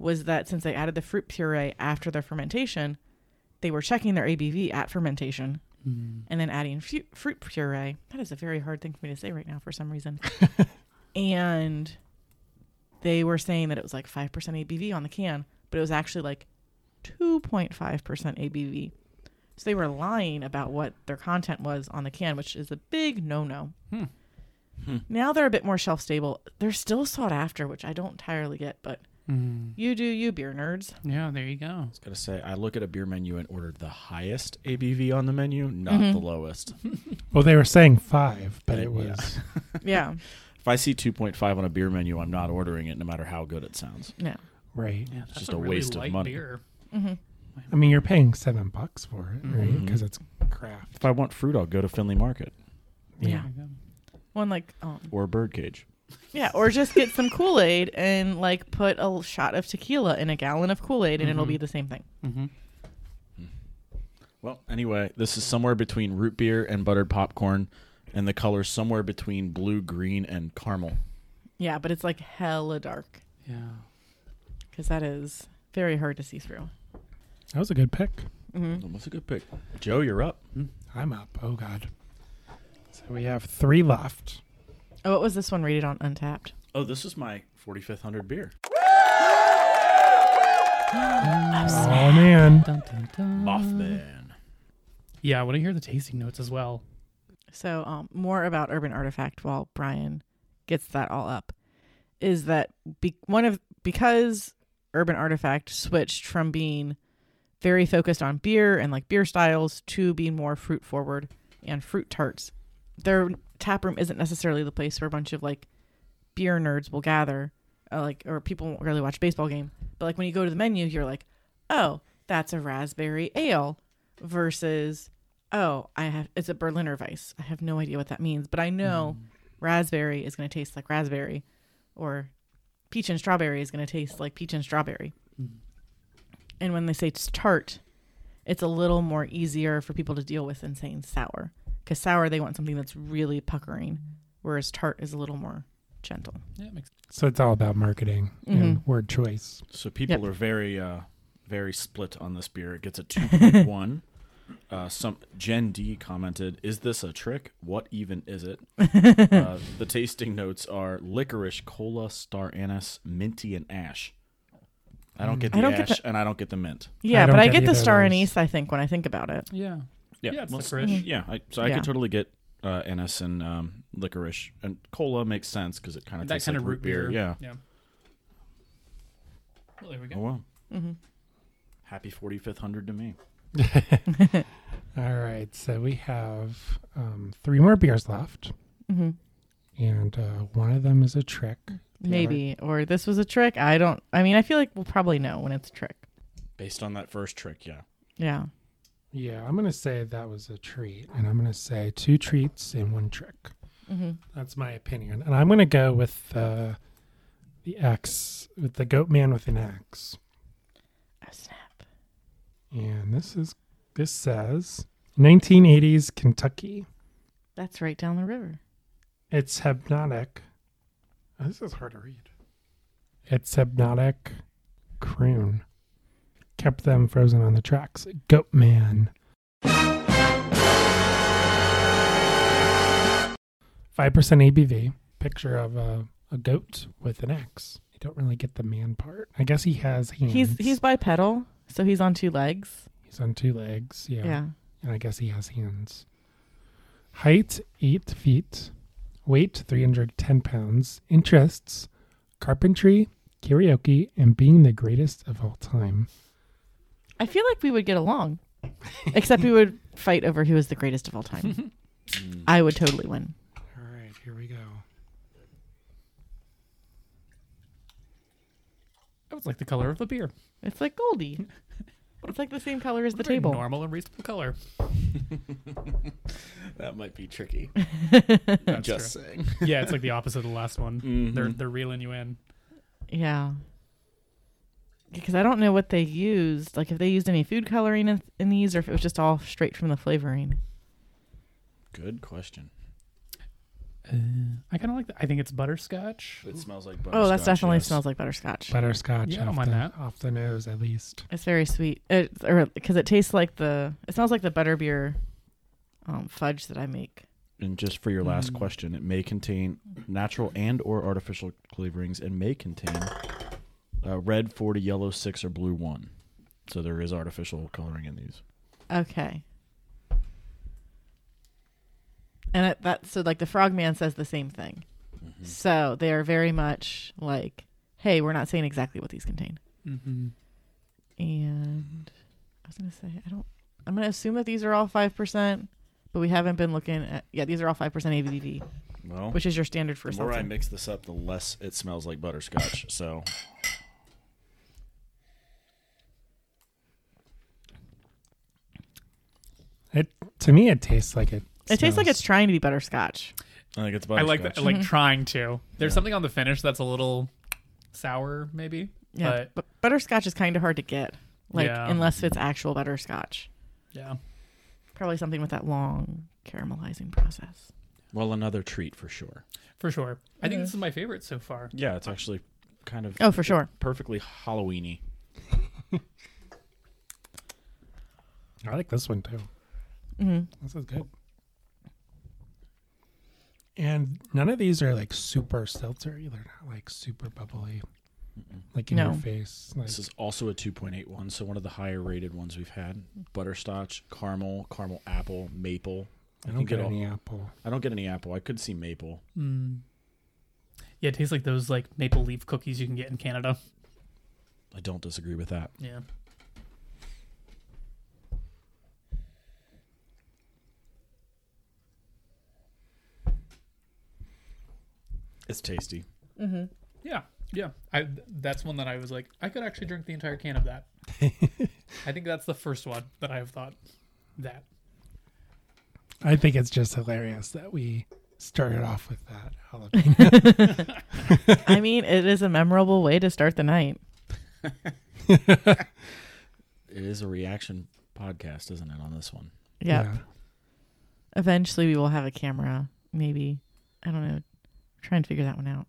[SPEAKER 4] was that since they added the fruit puree after their fermentation, they were checking their ABV at fermentation and then adding fu- fruit puree. That is a very hard thing for me to say right now for some reason. and they were saying that it was like 5% ABV on the can, but it was actually like 2.5% ABV. So they were lying about what their content was on the can, which is a big no no. Now they're a bit more shelf stable. They're still sought after, which I don't entirely get, but you do you, beer nerds.
[SPEAKER 5] Yeah, there you go.
[SPEAKER 6] Gotta say, I look at a beer menu and order the highest ABV on the menu, not
[SPEAKER 3] [laughs]
[SPEAKER 6] the lowest.
[SPEAKER 3] Well, they were saying five, but
[SPEAKER 6] Yeah.
[SPEAKER 3] it was.
[SPEAKER 4] Yeah.
[SPEAKER 6] [laughs] If I see 2.5 on a beer menu, I'm not ordering it, no matter how good it sounds.
[SPEAKER 4] No.
[SPEAKER 3] Right.
[SPEAKER 5] Yeah, that's
[SPEAKER 6] just
[SPEAKER 5] a,
[SPEAKER 6] a
[SPEAKER 5] really
[SPEAKER 6] waste of
[SPEAKER 5] light
[SPEAKER 6] money.
[SPEAKER 5] Beer.
[SPEAKER 3] I mean, you're paying seven bucks for it, right?
[SPEAKER 4] Mm-hmm.
[SPEAKER 3] Because it's craft.
[SPEAKER 6] If I want fruit, I'll go to Finley Market
[SPEAKER 4] Yeah. One like, um,
[SPEAKER 6] or Birdcage.
[SPEAKER 4] yeah, or just get some Kool Aid and like put a shot of tequila in a gallon of Kool Aid and it'll be the same thing.
[SPEAKER 6] Well, anyway, this is somewhere between root beer and buttered popcorn, and the color somewhere between blue, green, and caramel.
[SPEAKER 4] Yeah, but it's like hella dark
[SPEAKER 5] Yeah.
[SPEAKER 4] because that is very hard to see through.
[SPEAKER 3] That was a good pick.
[SPEAKER 6] That's a good pick. Joe, you're up.
[SPEAKER 3] I'm up. Oh God. So we have three left.
[SPEAKER 4] Oh, what was this one rated on Untapped?
[SPEAKER 6] Oh, this is my 45th hundred beer.
[SPEAKER 3] Oh man.
[SPEAKER 5] Dun, dun, dun.
[SPEAKER 4] Mm.
[SPEAKER 6] Mothman.
[SPEAKER 5] Yeah, I want to hear the tasting notes as well.
[SPEAKER 4] So, um, more about Urban Artifact while Brian gets that all up is that be- one of because Urban Artifact switched from being very focused on beer and like beer styles to being more fruit forward and fruit tarts. Their tap room isn't necessarily the place where a bunch of like beer nerds will gather, uh, like or people won't really watch a baseball game. But like when you go to the menu, you're like, oh, that's a raspberry ale versus oh, I have it's a Berliner Weiss. I have no idea what that means, but I know
[SPEAKER 3] Hmm.
[SPEAKER 4] raspberry is going to taste like raspberry, or peach and strawberry is going to taste like peach and strawberry.
[SPEAKER 3] Hmm.
[SPEAKER 4] And when they say it's tart, it's a little more easier for people to deal with than saying sour, because sour they want something that's really puckering, whereas tart is a little more gentle.
[SPEAKER 5] Yeah, it makes
[SPEAKER 3] So it's all about marketing and word choice.
[SPEAKER 6] So people
[SPEAKER 4] Yep.
[SPEAKER 6] are very, uh, very split on this beer. It gets
[SPEAKER 4] [laughs]
[SPEAKER 6] a 2.1. uh, some Gen D commented, "Is this a trick? What even
[SPEAKER 4] [laughs]
[SPEAKER 6] is it?" uh, the tasting notes are licorice, cola, star anise, minty, and ash. I don't get
[SPEAKER 4] Mm.
[SPEAKER 6] the
[SPEAKER 4] I don't
[SPEAKER 6] ash,
[SPEAKER 4] get
[SPEAKER 6] and I don't get the mint.
[SPEAKER 4] Yeah,
[SPEAKER 3] don't
[SPEAKER 4] but I
[SPEAKER 3] get
[SPEAKER 4] get the
[SPEAKER 3] either of
[SPEAKER 4] star
[SPEAKER 3] those.
[SPEAKER 4] anise. I think when I think about it,
[SPEAKER 5] yeah.
[SPEAKER 6] Yeah,
[SPEAKER 5] Yeah, it's
[SPEAKER 6] most-
[SPEAKER 5] licorice.
[SPEAKER 6] Yeah, I, so I
[SPEAKER 4] Mm. Yeah.
[SPEAKER 6] could totally get uh, anise and um, licorice, and cola makes sense because it kind of
[SPEAKER 5] that
[SPEAKER 6] tastes
[SPEAKER 5] kind
[SPEAKER 6] like
[SPEAKER 5] of root beer.
[SPEAKER 6] Yeah.
[SPEAKER 5] Yeah. Well, there we
[SPEAKER 6] Oh
[SPEAKER 5] go.
[SPEAKER 6] wow.
[SPEAKER 4] Mm-hmm.
[SPEAKER 6] Happy 45th hundred to me.
[SPEAKER 3] All right. So we have um, three more beers left, and uh, one of them is a trick. The
[SPEAKER 4] maybe or this was a trick. I don't. I mean, I feel like we'll probably know when it's a trick.
[SPEAKER 6] Based on that first trick, yeah.
[SPEAKER 4] Yeah.
[SPEAKER 3] Yeah, I'm gonna say that was a treat, and I'm gonna say two treats and one trick. That's my opinion, and I'm gonna go with uh, the X, with the goat man with an axe.
[SPEAKER 4] Oh snap.
[SPEAKER 3] And this is this says 1980s Kentucky.
[SPEAKER 4] That's right down the river.
[SPEAKER 3] It's hypnotic. This is hard to read. It's hypnotic croon. Kept them frozen on the tracks. Goat man. Five percent ABV. Picture of a, a goat with an axe. I don't really get the man part. I guess he has hands.
[SPEAKER 4] He's he's bipedal, so he's on two legs.
[SPEAKER 3] He's on two legs.
[SPEAKER 4] Yeah.
[SPEAKER 3] and I guess he has hands. Height eight feet, weight three hundred ten pounds. Interests: carpentry, karaoke, and being the greatest of all time.
[SPEAKER 4] I feel like we would get along, except we would fight over who is the greatest of all time. I would totally win.
[SPEAKER 3] All right, here we go.
[SPEAKER 5] That was like the color of the beer.
[SPEAKER 4] It's like Goldie. It's like the same color as the
[SPEAKER 5] Very
[SPEAKER 4] table.
[SPEAKER 5] Normal and reasonable color. [laughs]
[SPEAKER 6] That might
[SPEAKER 5] [laughs]
[SPEAKER 6] be tricky.
[SPEAKER 5] That's
[SPEAKER 6] Just
[SPEAKER 5] true.
[SPEAKER 6] saying.
[SPEAKER 5] Mm-hmm.
[SPEAKER 6] Mm-hmm.
[SPEAKER 5] yeah, it's like the opposite of the last one. They're they're reeling you in.
[SPEAKER 4] Yeah. Because I don't know what they used, like if they used any food coloring in, in these, or if it was just all straight from the flavoring.
[SPEAKER 6] Good question.
[SPEAKER 5] I kind of like that. I think it's butterscotch.
[SPEAKER 6] It smells like butterscotch.
[SPEAKER 4] Oh, that's definitely smells like butterscotch.
[SPEAKER 3] Butterscotch
[SPEAKER 5] Yeah, I don't
[SPEAKER 3] off,
[SPEAKER 5] mind
[SPEAKER 3] the,
[SPEAKER 5] that.
[SPEAKER 3] off the nose, at least.
[SPEAKER 4] It's very sweet, it, or because it tastes like the. It smells like the butterbeer um, fudge that I make.
[SPEAKER 6] And just for your last
[SPEAKER 5] Mm.
[SPEAKER 6] question, it may contain natural and or artificial flavorings, and may contain uh, red four to yellow six or blue one. So there is artificial coloring in these.
[SPEAKER 4] Okay. And it, that so like the frogman says the same thing. So they are very much like, hey, we're not saying exactly what these contain.
[SPEAKER 5] Mm-hmm.
[SPEAKER 4] And I was gonna say I don't. I'm gonna assume that these are all five percent, but we haven't been looking at. Yeah, these are all five percent ABV,
[SPEAKER 6] Well,
[SPEAKER 4] which is your standard for
[SPEAKER 6] the more I
[SPEAKER 4] seltzer.
[SPEAKER 6] mix this up, the less it smells like butterscotch. so
[SPEAKER 3] It to me, it tastes like it.
[SPEAKER 4] It tastes like
[SPEAKER 3] smells-
[SPEAKER 4] it's trying to be butterscotch.
[SPEAKER 6] I think it's
[SPEAKER 5] I
[SPEAKER 6] butterscotch.
[SPEAKER 5] like that. I like trying to. There's something on the finish that's a little sour, maybe.
[SPEAKER 4] Yeah,
[SPEAKER 5] But
[SPEAKER 4] but butterscotch is kind of hard to get, like
[SPEAKER 5] Yeah.
[SPEAKER 4] unless it's actual butterscotch.
[SPEAKER 5] yeah.
[SPEAKER 4] Probably something with that long caramelizing process.
[SPEAKER 6] Well, another treat for sure.
[SPEAKER 5] For sure. I think this is my favorite so far.
[SPEAKER 6] Yeah, it's actually kind of
[SPEAKER 4] Oh, for sure.
[SPEAKER 6] perfectly Halloweeny.
[SPEAKER 3] I like this one too.
[SPEAKER 4] hmm
[SPEAKER 3] This is good. And none of these are like super seltzery. They're not like super bubbly, like in
[SPEAKER 4] No.
[SPEAKER 3] your face. Like,
[SPEAKER 6] This is also a 2.81, so one of the higher rated ones we've had. Butterscotch, caramel, caramel apple, maple.
[SPEAKER 3] I don't
[SPEAKER 6] think it
[SPEAKER 3] get
[SPEAKER 6] all-
[SPEAKER 3] any apple.
[SPEAKER 6] I don't get any apple. I could see maple.
[SPEAKER 5] Yeah, it tastes like those like maple leaf cookies you can get in Canada.
[SPEAKER 6] I don't disagree with that.
[SPEAKER 5] Yeah.
[SPEAKER 6] It's tasty.
[SPEAKER 5] Yeah. Yeah. I that's one that I was like, I could actually drink the entire can of [laughs] that. I think that's the first one that I've thought that.
[SPEAKER 3] I think it's just hilarious that we started off with that holiday.
[SPEAKER 4] [laughs] I mean, it is a memorable way to start the night.
[SPEAKER 6] It is a reaction podcast, isn't it, on this one?
[SPEAKER 4] Yep. Eventually, we will have a camera. Maybe I don't know. trying to figure that one out.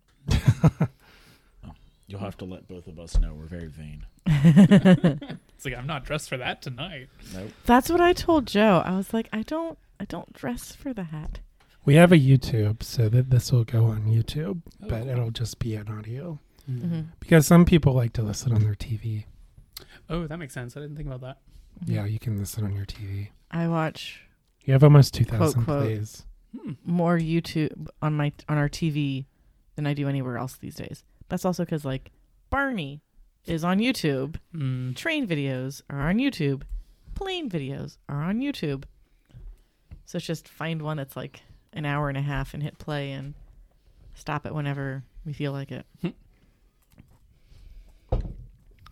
[SPEAKER 6] You'll have to let both of us know. We're very vain.
[SPEAKER 5] It's like I'm not dressed for that tonight.
[SPEAKER 6] Nope.
[SPEAKER 4] That's what I told Joe. I was like, I don't, I don't dress for that.
[SPEAKER 3] We have a YouTube, so that this will go on YouTube, but
[SPEAKER 5] cool.
[SPEAKER 3] it'll just be an audio
[SPEAKER 4] Mm-hmm.
[SPEAKER 3] because some people like to listen on their TV.
[SPEAKER 5] Oh, that makes sense. I didn't think about that.
[SPEAKER 3] Yeah, you can listen on your TV.
[SPEAKER 4] Mm-hmm. I watch
[SPEAKER 3] You have almost two thousand
[SPEAKER 4] quote.
[SPEAKER 3] plays.
[SPEAKER 4] more YouTube on my on our TV than I do anywhere else these days. That's also because like Barney is on YouTube.
[SPEAKER 5] Mm.
[SPEAKER 4] Train videos are on YouTube. Plane videos are on YouTube. So it's just find one that's like an hour and a half and hit play and stop it whenever we feel like it.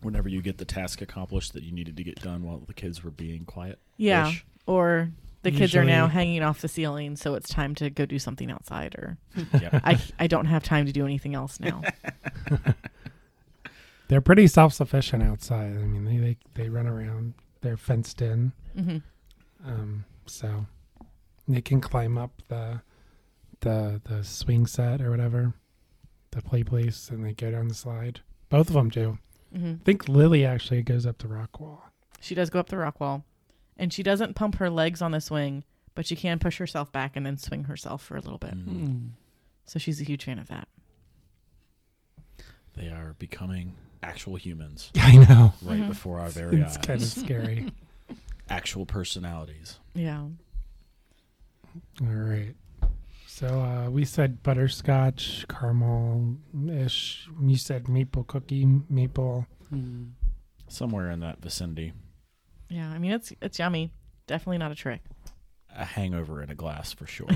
[SPEAKER 6] Whenever you get the task accomplished that you needed to get done while the kids were being quiet.
[SPEAKER 4] Yeah. Or the kids are now
[SPEAKER 3] Usually-
[SPEAKER 4] hanging off the ceiling, so it's time to go do something outside or
[SPEAKER 6] Yep. [laughs]
[SPEAKER 4] I I don't have time to do anything else now.
[SPEAKER 3] They're pretty self sufficient outside. I mean, they, they they run around. They're fenced in,
[SPEAKER 4] Mhm.
[SPEAKER 3] um, so they can climb up the the the swing set or whatever, the play place, and they go down the slide. Both of them do.
[SPEAKER 4] Mhm.
[SPEAKER 3] I think Lily actually goes up the rock wall.
[SPEAKER 4] She does go up the rock wall and she doesn't pump her legs on the swing, but she can push herself back and then swing herself for a little bit.
[SPEAKER 5] Hmm.
[SPEAKER 4] So she's a huge fan of that.
[SPEAKER 6] They are becoming actual humans
[SPEAKER 3] [laughs] I know.
[SPEAKER 6] right before our very
[SPEAKER 3] It's
[SPEAKER 6] eyes. [laughs]
[SPEAKER 3] kind of scary.
[SPEAKER 6] Actual personalities.
[SPEAKER 4] Yeah.
[SPEAKER 3] All right. So uh, we said butterscotch, caramel ish. You said maple cookie, maple.
[SPEAKER 6] Somewhere in that vicinity.
[SPEAKER 4] Yeah, I mean it's it's yummy. Definitely not a trick.
[SPEAKER 6] A hangover in a glass for sure.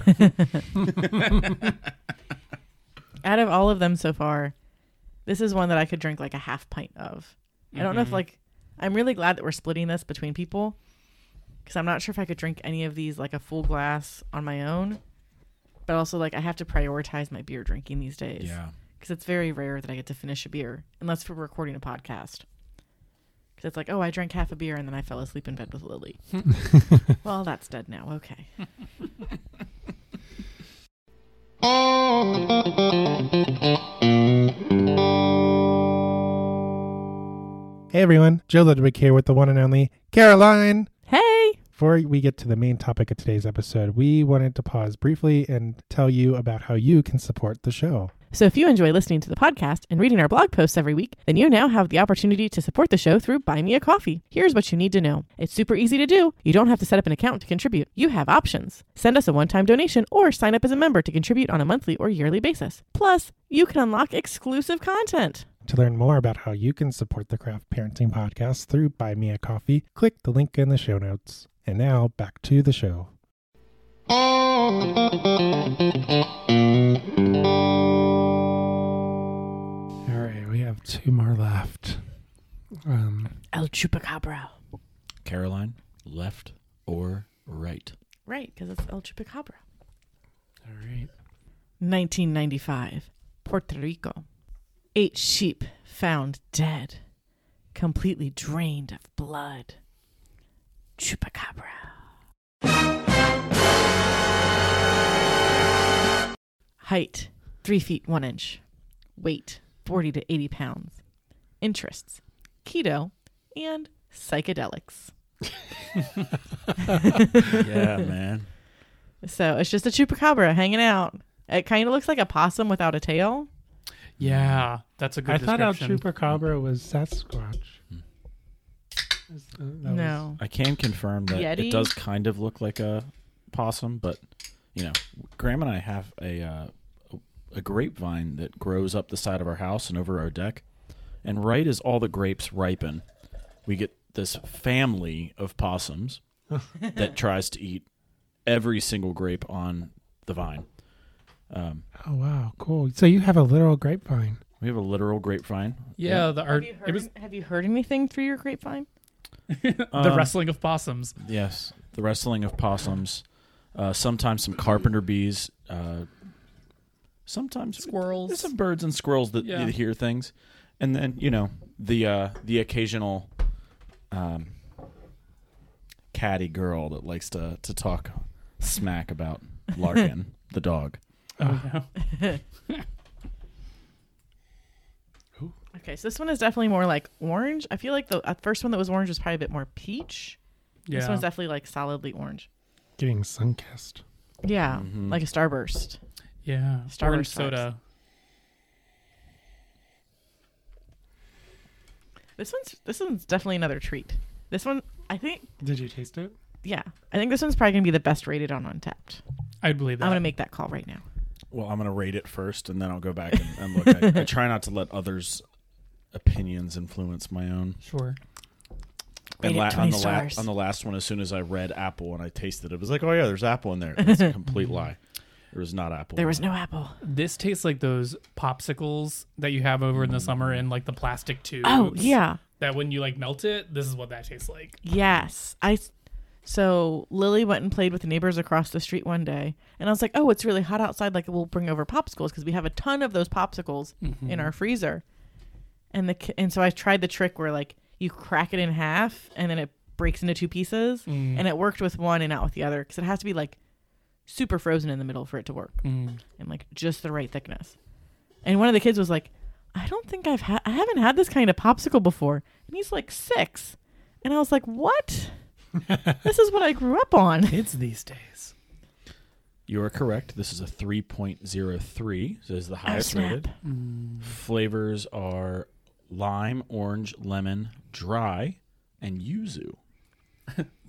[SPEAKER 4] Out of all of them so far, this is one that I could drink like a half pint of. I don't know if like I'm really glad that we're splitting this between people because I'm not sure if I could drink any of these like a full glass on my own. But also like I have to prioritize my beer drinking these days
[SPEAKER 6] yeah.
[SPEAKER 4] because it's very rare that I get to finish a beer unless we're recording a podcast. Because it's like, oh, I drank half a beer and then I fell asleep in bed with Lily. well, that's dead now. Okay.
[SPEAKER 3] Hey everyone, Joe Ludwig here with the one and only Caroline.
[SPEAKER 4] Hey.
[SPEAKER 3] Before we get to the main topic of today's episode, we wanted to pause briefly and tell you about how you can support the show.
[SPEAKER 4] So if you enjoy listening to the podcast and reading our blog posts every week, then you now have the opportunity to support the show through Buy Me a Coffee. Here's what you need to know. It's super easy to do. You don't have to set up an account to contribute. You have options. Send us a one-time donation or sign up as a member to contribute on a monthly or yearly basis. Plus, you can unlock exclusive content.
[SPEAKER 3] To learn more about how you can support the Craft Parenting Podcast through Buy Me a Coffee, click the link in the show notes. And now back to the show. All right, we have two more left. Um,
[SPEAKER 4] El Chupacabra.
[SPEAKER 6] Caroline, left or right?
[SPEAKER 4] Right, because it's El Chupacabra.
[SPEAKER 3] all right.
[SPEAKER 4] 1995, Puerto Rico. Eight sheep found dead, completely drained of blood. Chupacabra. Height, 3 feet 1 inch. Weight, 40 to 80 pounds. Interests, keto and psychedelics.
[SPEAKER 6] yeah, man.
[SPEAKER 4] So it's just a chupacabra hanging out. It kind of looks like a possum without a tail.
[SPEAKER 5] Yeah, that's a good
[SPEAKER 3] I thought El
[SPEAKER 5] description.
[SPEAKER 3] Chupacabra was Sasquatch. Is- uh, that was-
[SPEAKER 4] No.
[SPEAKER 6] I can confirm that
[SPEAKER 4] Yeti?
[SPEAKER 6] it does kind of look like a possum, but you know, Graham and I have a uh, a grapevine that grows up the side of our house and over our deck, and right as all the grapes ripen, we get this family of possums that tries to eat every single grape on the vine. Um,
[SPEAKER 3] Oh wow, cool. So you have a literal grapevine.
[SPEAKER 6] we have a literal grapevine.
[SPEAKER 5] yeah, the art.
[SPEAKER 4] Have you, heard,
[SPEAKER 5] It was
[SPEAKER 4] have you heard anything through your grapevine?
[SPEAKER 5] the
[SPEAKER 6] Um,
[SPEAKER 5] wrestling of possums.
[SPEAKER 6] Yes, the wrestling of possums. Uh, sometimes some carpenter bees. Uh, sometimes
[SPEAKER 5] Squirrels.
[SPEAKER 6] There's some birds and squirrels that,
[SPEAKER 5] Yeah.
[SPEAKER 6] that hear things, and then you know the uh, the occasional um, catty girl that likes to to talk smack about
[SPEAKER 5] [laughs]
[SPEAKER 6] Larkin the dog.
[SPEAKER 4] Okay, so this one is definitely more like orange. I feel like the uh, first one that was orange was probably a bit more peach. This
[SPEAKER 5] Yeah,
[SPEAKER 4] one's definitely like solidly orange.
[SPEAKER 3] Getting sunkissed.
[SPEAKER 4] Yeah,
[SPEAKER 3] Mm-hmm.
[SPEAKER 4] like a starburst.
[SPEAKER 5] yeah.
[SPEAKER 4] Starburst
[SPEAKER 5] Orange
[SPEAKER 4] vibes.
[SPEAKER 5] soda.
[SPEAKER 4] This one's this one's definitely another treat. This one, I think,
[SPEAKER 3] Did you taste it?
[SPEAKER 4] yeah, I think this one's probably gonna be the best rated on Untapped.
[SPEAKER 5] I'd believe that.
[SPEAKER 4] I'm gonna make that call right now.
[SPEAKER 6] Well, I'm gonna rate it first, and then I'll go back and, and look. I, I try not to let others' opinions influence my own.
[SPEAKER 5] sure.
[SPEAKER 4] Rate
[SPEAKER 6] And
[SPEAKER 4] it
[SPEAKER 6] la-
[SPEAKER 4] 20
[SPEAKER 6] on the la-
[SPEAKER 4] stars.
[SPEAKER 6] on the last one, as soon as I read apple and I tasted it, it was like, oh yeah, there's apple in there.
[SPEAKER 4] [laughs]
[SPEAKER 6] It's a complete lie. There was not apple.
[SPEAKER 4] There was no apple.
[SPEAKER 5] This tastes like those popsicles that you have over in the summer in like the plastic tubes.
[SPEAKER 4] Oh yeah,
[SPEAKER 5] That when you like melt it, this is what that tastes like.
[SPEAKER 4] Yes. I s- so Lily went and played with the neighbors across the street one day, and I was like, "Oh, it's really hot outside. Like, we'll bring over popsicles because we have a ton of those popsicles
[SPEAKER 5] Mm-hmm.
[SPEAKER 4] in our freezer." And the ki- and so I tried the trick where like you crack it in half and then it breaks into two pieces, and it worked with one and not with the other because it has to be like super frozen in the middle for it to work
[SPEAKER 5] Mm-hmm.
[SPEAKER 4] and like just the right thickness. And one of the kids was like, "I don't think I've had I haven't had this kind of popsicle before," and he's like six. And I was like, what?
[SPEAKER 6] [laughs]
[SPEAKER 4] this is what I grew up on.
[SPEAKER 5] Kids these days.
[SPEAKER 6] You are correct. This is a 3.03. So this is the highest
[SPEAKER 4] Oh, snap. Mm.
[SPEAKER 6] rated. Flavors are lime, orange, lemon, dry, and yuzu.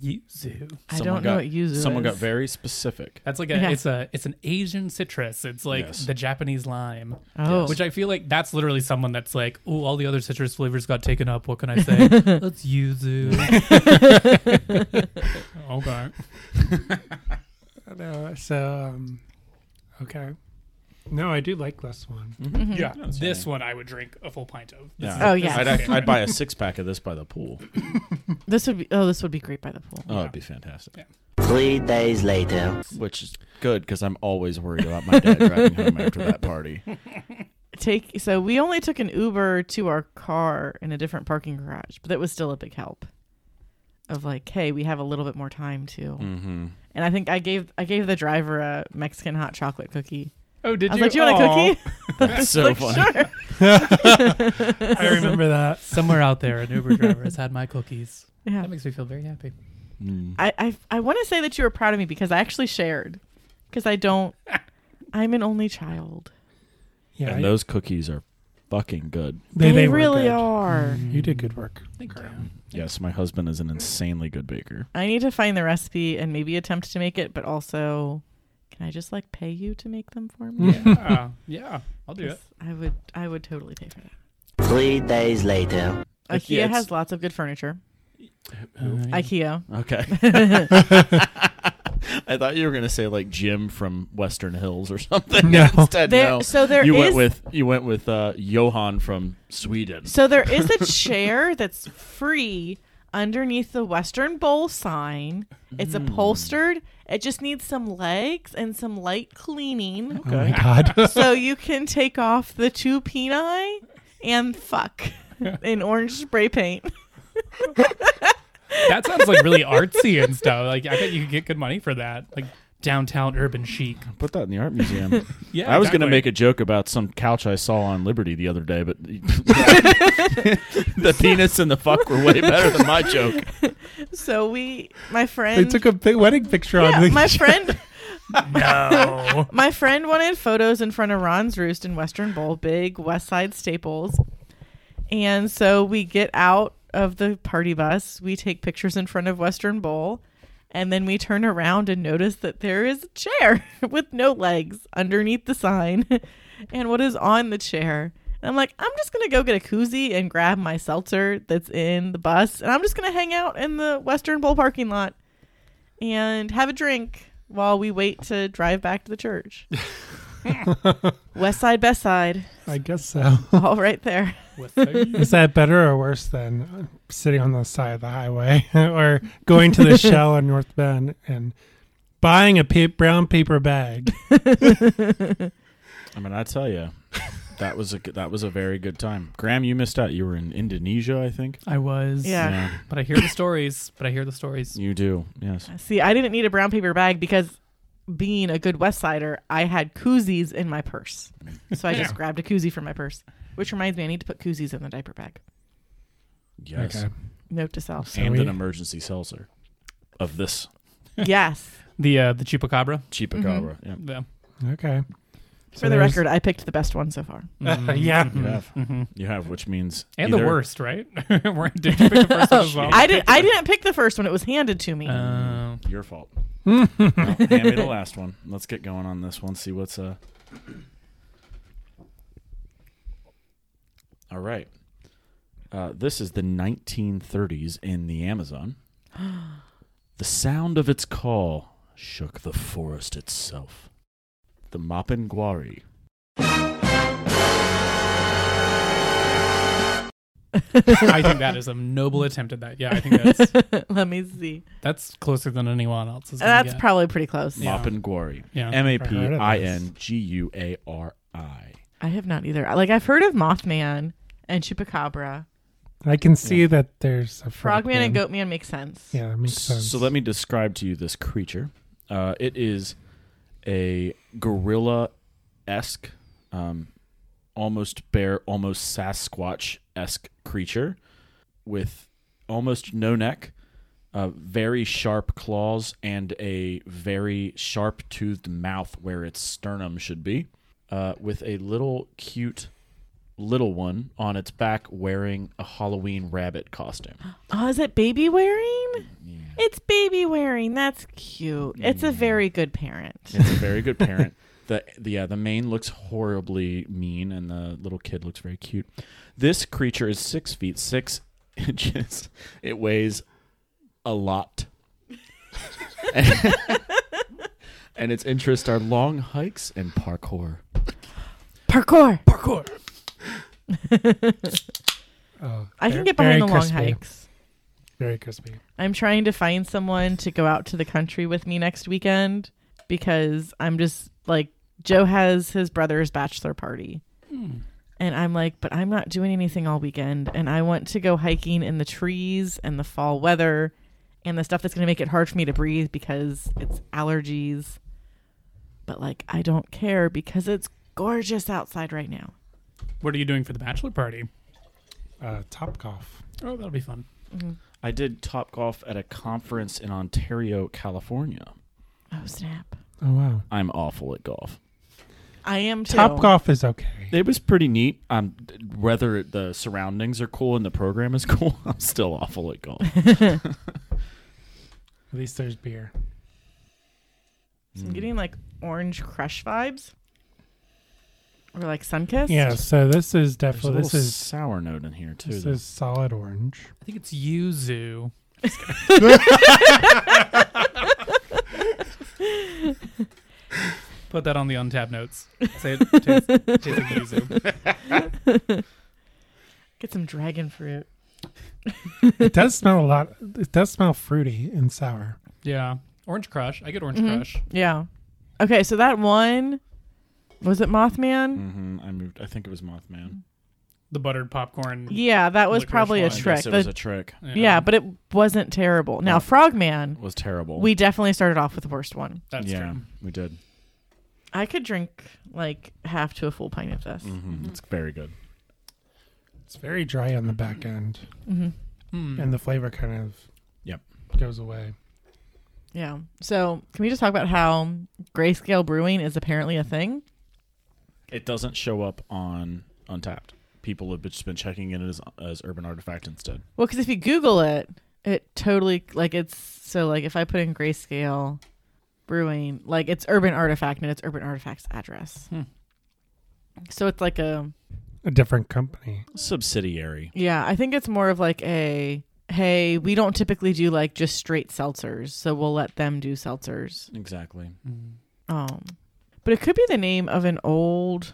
[SPEAKER 5] Yuzu.
[SPEAKER 4] I don't know
[SPEAKER 6] got,
[SPEAKER 4] what yuzu
[SPEAKER 6] Someone got
[SPEAKER 4] is.
[SPEAKER 6] very specific.
[SPEAKER 5] That's like a
[SPEAKER 4] Yeah.
[SPEAKER 5] it's a it's an Asian citrus. It's like
[SPEAKER 6] Yes.
[SPEAKER 5] the Japanese lime.
[SPEAKER 4] Oh,
[SPEAKER 5] Which I feel like that's literally someone that's like, oh, all the other citrus flavors got taken up. What
[SPEAKER 4] [laughs]
[SPEAKER 5] can I say? Let's yuzu. okay.
[SPEAKER 3] No. So um, okay. No, I do like this one.
[SPEAKER 5] Yeah.
[SPEAKER 6] That's
[SPEAKER 5] This
[SPEAKER 6] fine.
[SPEAKER 5] one I would drink a full pint of. This
[SPEAKER 6] Yeah.
[SPEAKER 5] is-
[SPEAKER 4] Oh, Mm-hmm.
[SPEAKER 5] this is
[SPEAKER 4] yeah.
[SPEAKER 6] I'd,
[SPEAKER 5] my
[SPEAKER 6] act-
[SPEAKER 5] favorite.
[SPEAKER 6] I'd buy a six pack of this by the pool.
[SPEAKER 4] this would be oh, this would be great by the pool.
[SPEAKER 6] Oh, it'd be fantastic.
[SPEAKER 7] Three days later.
[SPEAKER 4] [laughs]
[SPEAKER 6] Which is good because I'm always worried about my dad driving home after that party.
[SPEAKER 4] take so we only took an Uber to our car in a different parking garage, but that was still a big help. Of like, hey, we have a little bit more time too.
[SPEAKER 6] Mm-hmm.
[SPEAKER 4] And I think I gave I gave the driver a Mexican hot chocolate cookie.
[SPEAKER 5] Oh, did
[SPEAKER 4] I was
[SPEAKER 5] you?
[SPEAKER 4] like, "Do you want
[SPEAKER 5] Aw.
[SPEAKER 4] a cookie?"
[SPEAKER 6] That's so
[SPEAKER 4] Like,
[SPEAKER 6] funny.
[SPEAKER 4] "Sure."
[SPEAKER 3] I remember
[SPEAKER 4] [laughs]
[SPEAKER 3] that.
[SPEAKER 5] Somewhere out there, an Uber driver has had my cookies.
[SPEAKER 4] Yeah.
[SPEAKER 5] That makes me feel very happy.
[SPEAKER 6] Mm.
[SPEAKER 4] I I, I want to say that you were proud of me because I actually shared because
[SPEAKER 3] [laughs]
[SPEAKER 4] I don't. I'm an only child.
[SPEAKER 3] Yeah,
[SPEAKER 6] And those cookies are fucking good.
[SPEAKER 3] they, they were
[SPEAKER 4] really
[SPEAKER 3] good. Mm-hmm.
[SPEAKER 4] are.
[SPEAKER 3] You did good work.
[SPEAKER 5] Thank you.
[SPEAKER 6] Yes, my husband is an insanely good baker.
[SPEAKER 4] I need to find the recipe and maybe attempt to make it, but also, can I just like pay you to make them for me?
[SPEAKER 5] Yeah, yeah, I'll do it.
[SPEAKER 4] 'Cause I would I would totally pay for that.
[SPEAKER 7] Three days later.
[SPEAKER 6] Like,
[SPEAKER 4] IKEA
[SPEAKER 6] yeah, it's-
[SPEAKER 4] has lots of good furniture.
[SPEAKER 5] Uh,
[SPEAKER 4] IKEA.
[SPEAKER 6] [laughs] Okay. I thought you were gonna say like Jim from Western Hills or something.
[SPEAKER 3] No.
[SPEAKER 6] [laughs] Instead,
[SPEAKER 4] There-
[SPEAKER 6] no.
[SPEAKER 4] so there
[SPEAKER 6] you
[SPEAKER 4] is-
[SPEAKER 6] went with you went with uh, Johan from Sweden.
[SPEAKER 4] So there is a chair [laughs] that's free underneath the Western Bowl sign. It's
[SPEAKER 3] Hmm.
[SPEAKER 4] upholstered. It just needs some legs and some light cleaning. [laughs]
[SPEAKER 3] Oh my god. [laughs]
[SPEAKER 4] so you can take off the two peni and
[SPEAKER 3] [laughs]
[SPEAKER 4] fuck in orange spray paint. [laughs]
[SPEAKER 5] That sounds like really artsy and stuff. Like I bet you could get good money for that. Like downtown urban chic.
[SPEAKER 6] Put that in the art [laughs] museum.
[SPEAKER 5] Yeah,
[SPEAKER 6] I was gonna
[SPEAKER 5] exactly.
[SPEAKER 6] make a joke about some couch I saw on Liberty the other day, [laughs] but the penis and the fuck were way better than my joke.
[SPEAKER 4] So we, my
[SPEAKER 3] they
[SPEAKER 4] friend,
[SPEAKER 3] took a big wedding picture
[SPEAKER 4] yeah,
[SPEAKER 3] on the [laughs]
[SPEAKER 4] my friend,
[SPEAKER 5] no.
[SPEAKER 4] [laughs] my friend wanted photos in front of Ron's Roost in Western Bowl, big West Side staples. And so we get out of the party bus, we take pictures in front of Western Bowl, and then we turn around and notice that there is a chair [laughs] with no legs underneath the sign. [laughs] And what is on the chair? And I'm like, I'm just going to go get a koozie and grab my seltzer that's in the bus, and I'm just going to hang out in the Western Bowl parking lot and have a drink while we wait to drive back to the church. West side, best side,
[SPEAKER 3] I guess so.
[SPEAKER 4] all right there.
[SPEAKER 5] What's [laughs] that?
[SPEAKER 3] Is that better or worse than uh, sitting on the side of the highway [laughs] or going to
[SPEAKER 4] [laughs]
[SPEAKER 3] the shell on North Bend and buying a pa- brown paper bag?
[SPEAKER 6] I mean, I tell you, that was a good- that was a very good time. Graham, you missed out. You were in Indonesia, I think.
[SPEAKER 5] I was.
[SPEAKER 4] Yeah.
[SPEAKER 5] But I hear the stories. But I hear the stories.
[SPEAKER 6] you do. Yes.
[SPEAKER 4] See, I didn't need a brown paper bag because being a good West Sider, I had koozies in my purse. So I just grabbed a koozie from my purse, which reminds me I need to put koozies in the diaper bag.
[SPEAKER 6] Yes.
[SPEAKER 3] Okay.
[SPEAKER 4] Note to
[SPEAKER 6] [laughs]
[SPEAKER 4] self.
[SPEAKER 6] And
[SPEAKER 3] we-
[SPEAKER 6] an emergency seltzer of this
[SPEAKER 4] yes.
[SPEAKER 5] The uh, the chupacabra.
[SPEAKER 6] chupacabra. Yeah.
[SPEAKER 5] Yeah.
[SPEAKER 3] Okay. So
[SPEAKER 4] [laughs] For the
[SPEAKER 3] there's-
[SPEAKER 4] record, I picked the best one so far.
[SPEAKER 6] [laughs]
[SPEAKER 3] yeah.
[SPEAKER 6] You have, you have, which means
[SPEAKER 5] And the
[SPEAKER 6] either-
[SPEAKER 5] worst, right? [laughs] We're- Did you pick the first
[SPEAKER 4] Oh,
[SPEAKER 5] one as well?
[SPEAKER 4] I did I didn't pick the first one, it was handed to me. [laughs]
[SPEAKER 3] Uh,
[SPEAKER 5] Um,
[SPEAKER 3] [laughs]
[SPEAKER 6] Your fault. No, hand me the last one. Let's get going on this one. See what's uh. All right. Uh, this is the 1930s in
[SPEAKER 3] [gasps]
[SPEAKER 6] the Amazon. the sound of its call shook the forest itself. The Mapinguari.
[SPEAKER 5] I think that is a noble attempt at that. Yeah, I think
[SPEAKER 4] [laughs]
[SPEAKER 5] that's
[SPEAKER 4] Let me see.
[SPEAKER 5] that's closer than anyone else is. gonna
[SPEAKER 4] That's
[SPEAKER 5] get.
[SPEAKER 4] probably pretty close.
[SPEAKER 5] Yeah.
[SPEAKER 6] Mapinguari.
[SPEAKER 5] Yeah.
[SPEAKER 6] M A
[SPEAKER 3] I've
[SPEAKER 6] P
[SPEAKER 3] heard of
[SPEAKER 6] I
[SPEAKER 3] this.
[SPEAKER 6] N G U A R I.
[SPEAKER 4] I have not either. Like I've heard of Mothman and Chupacabra.
[SPEAKER 3] I can see that there's a
[SPEAKER 4] Frogman and Goatman make sense.
[SPEAKER 3] Yeah, that makes sense.
[SPEAKER 6] So let me describe to you this creature. Uh, it is a gorilla esque, um, almost bear, almost Sasquatch esque creature with almost no neck, uh, very sharp claws, and a very sharp toothed mouth where its sternum should be, uh, with a little cute little one on its back wearing a Halloween rabbit costume.
[SPEAKER 4] Oh, is it baby wearing? It's baby wearing. That's cute. It's a very good parent.
[SPEAKER 6] It's a very good parent. The, the yeah, the mane looks horribly mean, and the little kid looks very cute. This creature is six feet six [laughs] inches. It weighs a lot, [laughs] and its interests are long hikes and parkour.
[SPEAKER 4] Parkour.
[SPEAKER 5] parkour.
[SPEAKER 3] oh,
[SPEAKER 4] I
[SPEAKER 3] very-
[SPEAKER 4] can get behind
[SPEAKER 3] very
[SPEAKER 4] the long
[SPEAKER 3] crispy.
[SPEAKER 4] hikes.
[SPEAKER 3] Very crispy.
[SPEAKER 4] I'm trying to find someone to go out to the country with me next weekend because I'm just like Joe has his brother's bachelor party And I'm like, but I'm not doing anything all weekend. And I want to go hiking in the trees and the fall weather and the stuff that's going to make it hard for me to breathe because it's allergies. But like, I don't care because it's gorgeous outside right now.
[SPEAKER 5] What are you doing for the bachelor party?
[SPEAKER 3] Uh, Topkoff.
[SPEAKER 5] Oh, that'll be fun.
[SPEAKER 6] I did top golf at a conference in Ontario, California.
[SPEAKER 4] Oh, snap.
[SPEAKER 3] Oh wow.
[SPEAKER 6] I'm awful at golf.
[SPEAKER 4] I am too.
[SPEAKER 3] Top golf is okay.
[SPEAKER 6] It was pretty neat. Um, whether the surroundings are cool and the program is [laughs] cool, I'm still awful at golf.
[SPEAKER 3] At least there's beer.
[SPEAKER 4] So I'm
[SPEAKER 6] Mm.
[SPEAKER 4] getting like orange crush vibes. Or like sunkissed.
[SPEAKER 3] Yeah. So this is
[SPEAKER 6] There's a
[SPEAKER 3] definitely
[SPEAKER 6] little
[SPEAKER 3] this is
[SPEAKER 6] sour note in here too.
[SPEAKER 3] this
[SPEAKER 6] though.
[SPEAKER 3] is solid orange.
[SPEAKER 5] I think it's yuzu. Put that on the untapped notes. Say it tastes, tastes like yuzu.
[SPEAKER 4] Get some dragon fruit.
[SPEAKER 3] It does smell a lot. It does smell fruity and sour.
[SPEAKER 5] Yeah, orange crush. I get orange
[SPEAKER 4] Mm-hmm.
[SPEAKER 5] crush.
[SPEAKER 4] Yeah. Okay, so that one was it Mothman?
[SPEAKER 6] Mhm, I moved. I think it was
[SPEAKER 3] Mm-hmm.
[SPEAKER 6] Mothman.
[SPEAKER 5] The buttered popcorn.
[SPEAKER 4] Yeah, that was
[SPEAKER 5] Licorice
[SPEAKER 4] probably a
[SPEAKER 5] wine.
[SPEAKER 4] trick.
[SPEAKER 6] Yes, it
[SPEAKER 4] The-
[SPEAKER 6] was a trick.
[SPEAKER 5] Yeah,
[SPEAKER 4] yeah, but it wasn't terrible. Now Frogman,
[SPEAKER 6] It was terrible.
[SPEAKER 4] we definitely started off with the worst one.
[SPEAKER 5] that's
[SPEAKER 6] yeah,
[SPEAKER 5] true.
[SPEAKER 6] we did.
[SPEAKER 4] I could drink like half to a full pint of this.
[SPEAKER 3] Mm-hmm.
[SPEAKER 6] Mhm, It's very good.
[SPEAKER 3] It's very dry on the back end,
[SPEAKER 5] Hmm.
[SPEAKER 3] and the flavor kind of
[SPEAKER 6] Yep.
[SPEAKER 3] goes away.
[SPEAKER 4] Yeah. So can we just talk about how grayscale brewing is apparently a thing?
[SPEAKER 6] It doesn't show up on Untapped. People have just been checking it as as urban artifact instead.
[SPEAKER 4] Well, because if you Google it, it totally like it's so like if I put in grayscale brewing, like it's urban artifact and it's urban artifacts address. So it's like a
[SPEAKER 3] A different company.
[SPEAKER 6] Subsidiary.
[SPEAKER 4] yeah. I think it's more of like a hey, we don't typically do like just straight seltzers, so we'll let them do seltzers.
[SPEAKER 6] Exactly.
[SPEAKER 4] Um, but it could be the name of an old.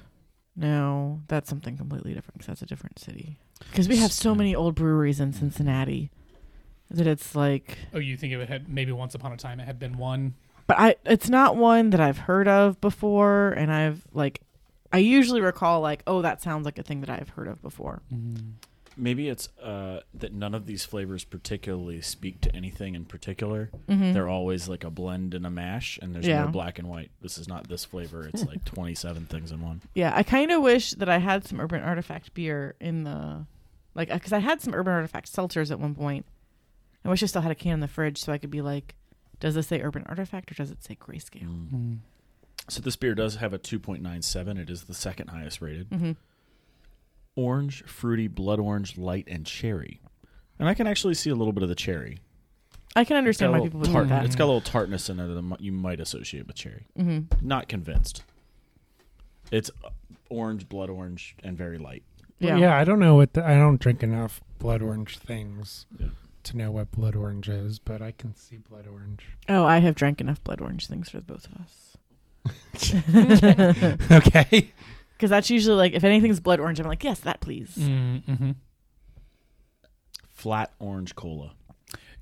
[SPEAKER 4] No, that's something completely different because that's a different city. Because we have so many old breweries in Cincinnati that it's like
[SPEAKER 5] Oh, you think it had maybe once upon a time it had been one?
[SPEAKER 4] but I it's not one that I've heard of before and I've like I usually recall like oh that sounds like a thing that I've heard of before.
[SPEAKER 6] Maybe it's uh, that none of these flavors particularly speak to anything in particular.
[SPEAKER 3] Mm-hmm.
[SPEAKER 6] They're always like a blend and a mash, and there's
[SPEAKER 4] Yeah.
[SPEAKER 6] no black and white. This is not this flavor.
[SPEAKER 3] [laughs]
[SPEAKER 6] It's like 27 things in one.
[SPEAKER 4] Yeah, I kind of wish that I had some urban artifact beer in the like cuz I had some urban artifact seltzers at one point. I wish I still had a can in the fridge so I could be like does this say urban artifact or does it say grayscale?
[SPEAKER 6] Mm. So this beer does have a 2.97. It is the second highest rated.
[SPEAKER 4] Mm-hmm.
[SPEAKER 6] Orange, fruity, blood orange, light, and cherry. And I can actually see a little bit of the cherry.
[SPEAKER 4] I can
[SPEAKER 6] It's
[SPEAKER 4] understand
[SPEAKER 6] got, a
[SPEAKER 4] why
[SPEAKER 6] little
[SPEAKER 4] people would
[SPEAKER 6] tart-
[SPEAKER 4] want that. Mm-hmm.
[SPEAKER 6] it's got a little tartness in it that mi- you might associate with cherry. Not convinced. It's uh, orange, blood orange, and very light.
[SPEAKER 3] Yeah.
[SPEAKER 4] yeah.
[SPEAKER 3] I don't know what the, I don't drink enough blood orange things
[SPEAKER 6] Yeah.
[SPEAKER 3] to know what blood orange is, but I can see blood orange. [laughs]
[SPEAKER 4] Oh, I have drank enough blood orange things for the both of us.
[SPEAKER 3] okay.
[SPEAKER 4] Cuz that's usually like if anything's blood orange I'm like yes, that please.
[SPEAKER 6] Mm.
[SPEAKER 5] Mm-hmm.
[SPEAKER 6] Flat orange cola.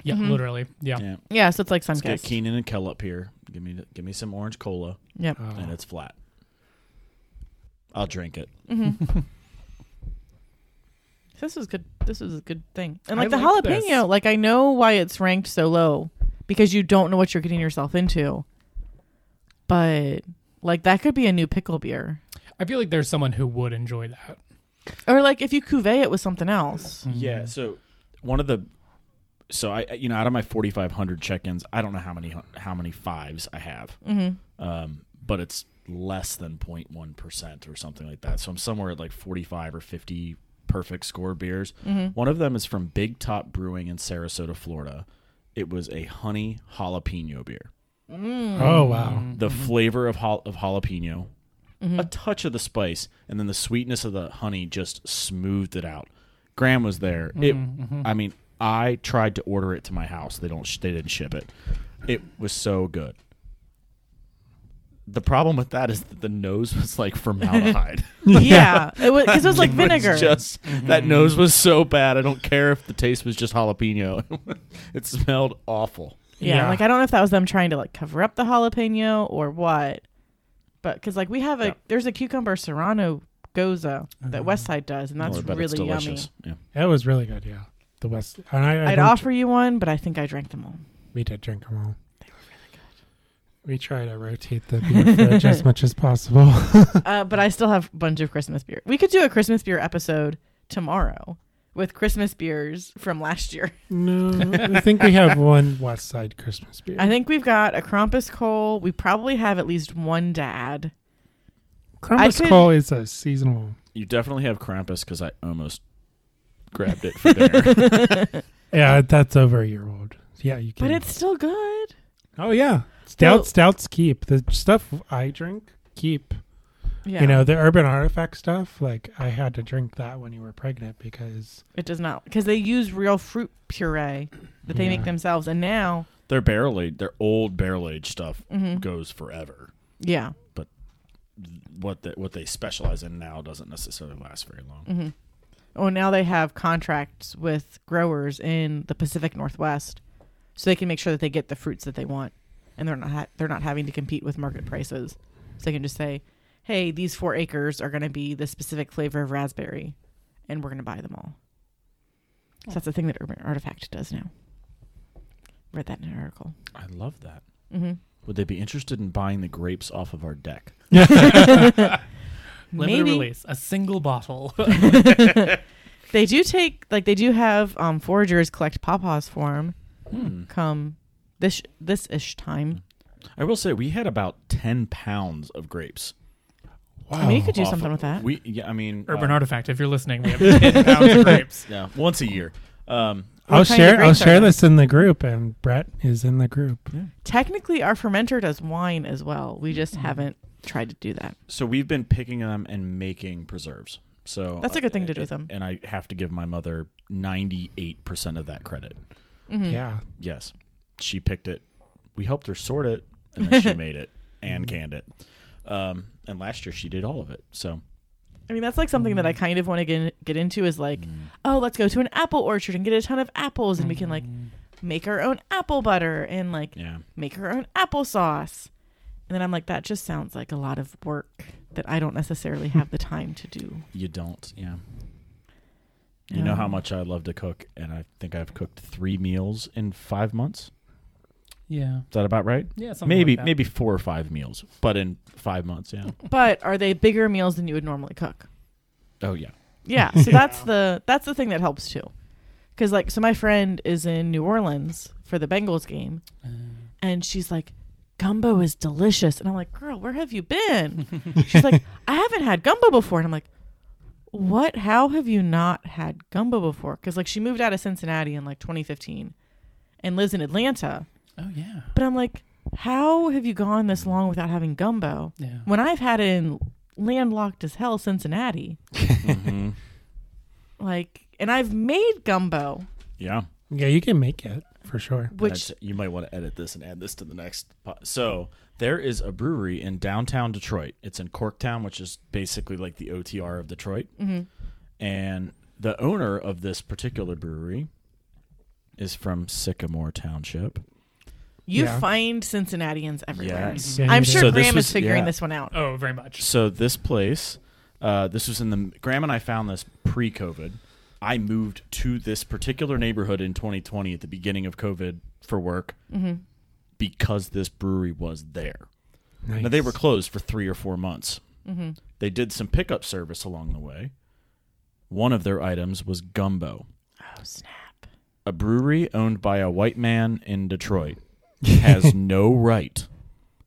[SPEAKER 5] Yeah,
[SPEAKER 4] Mm-hmm.
[SPEAKER 5] literally. Yeah.
[SPEAKER 6] Yeah.
[SPEAKER 4] Yeah, so it's like
[SPEAKER 6] Let's get
[SPEAKER 4] Sunkist.
[SPEAKER 6] Keenan and Kel up here. Give me give me some orange cola,
[SPEAKER 4] Yep.
[SPEAKER 6] and
[SPEAKER 3] Oh,
[SPEAKER 6] it's flat. I'll drink it.
[SPEAKER 4] This was good. This was a good thing. And like
[SPEAKER 5] I
[SPEAKER 4] the
[SPEAKER 5] like
[SPEAKER 4] jalapeno,
[SPEAKER 5] this.
[SPEAKER 4] like I know why it's ranked so low because you don't know what you're getting yourself into. But like that could be a new pickle beer,
[SPEAKER 5] I feel like there's someone who would enjoy that.
[SPEAKER 4] or like if you cuvee it with something else.
[SPEAKER 6] [laughs] Yeah. So one of the so I you know out of my 4,500 check-ins, I don't know how many how many fives I have, um, but it's less than 0.1 percent or something like that. So I'm somewhere at like 45 or 50 perfect score beers. One of them is from Big Top Brewing in Sarasota, Florida. It was a honey jalapeno beer.
[SPEAKER 4] Mm.
[SPEAKER 3] oh wow.
[SPEAKER 6] the
[SPEAKER 4] Mm-hmm.
[SPEAKER 6] flavor of jal- of jalapeno, a touch of the spice, and then the sweetness of the honey just smoothed it out. Graham was there.
[SPEAKER 4] Mm-hmm,
[SPEAKER 6] It, I mean, I tried to order it to my house. They don't. Sh- they didn't ship it. It was so good. The problem with that is that the nose was like
[SPEAKER 4] [laughs]
[SPEAKER 6] formaldehyde.
[SPEAKER 4] yeah, it was because it was like
[SPEAKER 6] [laughs] It was
[SPEAKER 4] vinegar. Mm-hmm.
[SPEAKER 6] just that nose was so bad. I don't care if the taste was just jalapeno. [laughs] it smelled awful.
[SPEAKER 4] yeah,
[SPEAKER 3] yeah.
[SPEAKER 4] like I don't know if that was them trying to like cover up the jalapeno or what, but because like we have a
[SPEAKER 6] Yeah.
[SPEAKER 4] there's a cucumber serrano goza that West Side does, and that's
[SPEAKER 6] Oh, I bet it's
[SPEAKER 4] really yummy.
[SPEAKER 6] delicious. Yeah.
[SPEAKER 3] It was really good, yeah. The West. And I, I
[SPEAKER 4] I'd
[SPEAKER 3] don't-
[SPEAKER 4] offer you one, but I think I drank them all.
[SPEAKER 3] We did drink them all. They were really good. We try to rotate the beer fridge as much as possible.
[SPEAKER 4] Uh, but I still have a bunch of Christmas beer. We could do a Christmas beer episode tomorrow with Christmas beers from last year.
[SPEAKER 3] no, I think we have one West Side Christmas beer.
[SPEAKER 4] I think we've got a Krampus Cole. We probably have at least one dad. I
[SPEAKER 3] Krampus
[SPEAKER 4] could-
[SPEAKER 3] Cole is a seasonal.
[SPEAKER 6] You definitely have Krampus because I almost grabbed it for dinner.
[SPEAKER 4] [laughs]
[SPEAKER 3] Yeah, that's over a year old. Yeah, you can.
[SPEAKER 4] But it's still good.
[SPEAKER 3] oh yeah,
[SPEAKER 4] Still-
[SPEAKER 3] stout stouts keep the stuff I drink keep.
[SPEAKER 4] Yeah.
[SPEAKER 3] You know the urban artifact stuff. Like I had to drink that when you were pregnant because
[SPEAKER 4] it does not because they use real fruit puree that they
[SPEAKER 3] Yeah.
[SPEAKER 4] make themselves, and now,
[SPEAKER 6] their barrel aged, their old barrel aged stuff
[SPEAKER 4] Mm-hmm.
[SPEAKER 6] goes forever.
[SPEAKER 4] yeah,
[SPEAKER 6] What they, what they specialize in now doesn't necessarily last very long.
[SPEAKER 4] oh, now they have contracts with growers in the Pacific Northwest, so they can make sure that they get the fruits that they want, and they're not ha- they're not having to compete with market prices. So they can just say, "Hey, these four acres are going to be the specific flavor of raspberry, and we're going to buy them all." So that's the thing that Urban Artifact does now. Read that in an article.
[SPEAKER 6] I love that.
[SPEAKER 4] Mm-hmm.
[SPEAKER 6] Would they be interested in buying the grapes off of our deck?
[SPEAKER 5] Limited
[SPEAKER 4] Maybe.
[SPEAKER 5] release, a single bottle.
[SPEAKER 4] They do take like they do have um, foragers collect pawpaws for them. Hmm. Come this this ish time.
[SPEAKER 6] I will say we had about ten pounds of grapes.
[SPEAKER 3] wow,
[SPEAKER 4] I mean, you could do
[SPEAKER 6] off
[SPEAKER 4] something
[SPEAKER 6] of-
[SPEAKER 4] with that.
[SPEAKER 6] We, yeah, I mean,
[SPEAKER 5] Urban
[SPEAKER 6] uh,
[SPEAKER 5] artifact. If you're listening, we have 10 pounds of grapes.
[SPEAKER 6] Yeah, once a year. Um,
[SPEAKER 3] I'll
[SPEAKER 4] What kind of
[SPEAKER 3] share. I'll
[SPEAKER 4] grapes are
[SPEAKER 3] share
[SPEAKER 4] they?
[SPEAKER 3] this in the group, and Brett is in the group.
[SPEAKER 4] Technically, our fermenter does wine as well. We just haven't tried to do that.
[SPEAKER 6] so we've been picking them and making preserves. So
[SPEAKER 4] That's a good thing to do with them.
[SPEAKER 6] And I have to give my mother ninety-eight percent of that credit.
[SPEAKER 4] Mm-hmm.
[SPEAKER 3] Yeah,
[SPEAKER 6] Yes, she picked it. We helped her sort it,
[SPEAKER 4] [laughs]
[SPEAKER 6] and then she made it and canned it. Um, and last year she did all of it. So
[SPEAKER 4] I mean, that's like something that I kind of want to get get into is like, oh, let's go to an apple orchard and get a ton of apples, and we can like make our own apple butter and like
[SPEAKER 6] yeah,
[SPEAKER 4] make our own applesauce. And then I'm like, that just sounds like a lot of work that I don't necessarily have the time to do.
[SPEAKER 6] you don't. Yeah. You know how much I love to cook, and I think I've cooked three meals in five months.
[SPEAKER 5] Yeah.
[SPEAKER 6] Is that about right?
[SPEAKER 5] Yeah, something
[SPEAKER 6] Maybe
[SPEAKER 5] like that.
[SPEAKER 6] maybe four or five meals, but in five months,
[SPEAKER 4] [laughs]
[SPEAKER 6] yeah.
[SPEAKER 4] But are they bigger meals than you would normally cook?
[SPEAKER 6] Oh yeah.
[SPEAKER 4] Yeah, so that's the that's the thing that helps too. Cuz like so my friend is in New Orleans for the Bengals game and she's like gumbo is delicious and I'm like, "Girl, where have you been?" she's like, "I haven't had gumbo before." And I'm like, "What? How have you not had gumbo before?" Cuz like she moved out of Cincinnati in like 2015 and lives in Atlanta.
[SPEAKER 5] Oh yeah.
[SPEAKER 4] But I'm like, how have you gone this long without having gumbo?
[SPEAKER 5] Yeah.
[SPEAKER 4] When I've had it in landlocked as hell Cincinnati. [laughs] Like, and I've made gumbo,
[SPEAKER 6] Yeah.
[SPEAKER 3] yeah, you can make it for sure.
[SPEAKER 4] which
[SPEAKER 6] you might want to edit this and add this to the next. po- So there is a brewery in downtown Detroit. It's in Corktown, which is basically like the OTR of Detroit. And the owner of this particular brewery is from Sycamore Township.
[SPEAKER 4] you
[SPEAKER 3] Yeah.
[SPEAKER 4] find Cincinnatians everywhere.
[SPEAKER 6] Yes.
[SPEAKER 3] Yeah,
[SPEAKER 4] I'm
[SPEAKER 3] you
[SPEAKER 4] sure
[SPEAKER 6] Mm-hmm. So this
[SPEAKER 4] Graham
[SPEAKER 6] was-
[SPEAKER 4] is figuring
[SPEAKER 6] yeah.
[SPEAKER 4] this one out.
[SPEAKER 5] Oh, very much.
[SPEAKER 6] So this place, uh, this was in the Graham and I found this pre-COVID. I moved to this particular neighborhood in 2020 at the beginning of COVID for work
[SPEAKER 4] Mm-hmm.
[SPEAKER 6] because this brewery was there.
[SPEAKER 3] Nice.
[SPEAKER 6] Now they were closed for three or four months.
[SPEAKER 4] Mm-hmm.
[SPEAKER 6] They did some pickup service along the way. One of their items was gumbo,
[SPEAKER 4] Oh, snap.
[SPEAKER 6] a brewery owned by a white man in Detroit has no right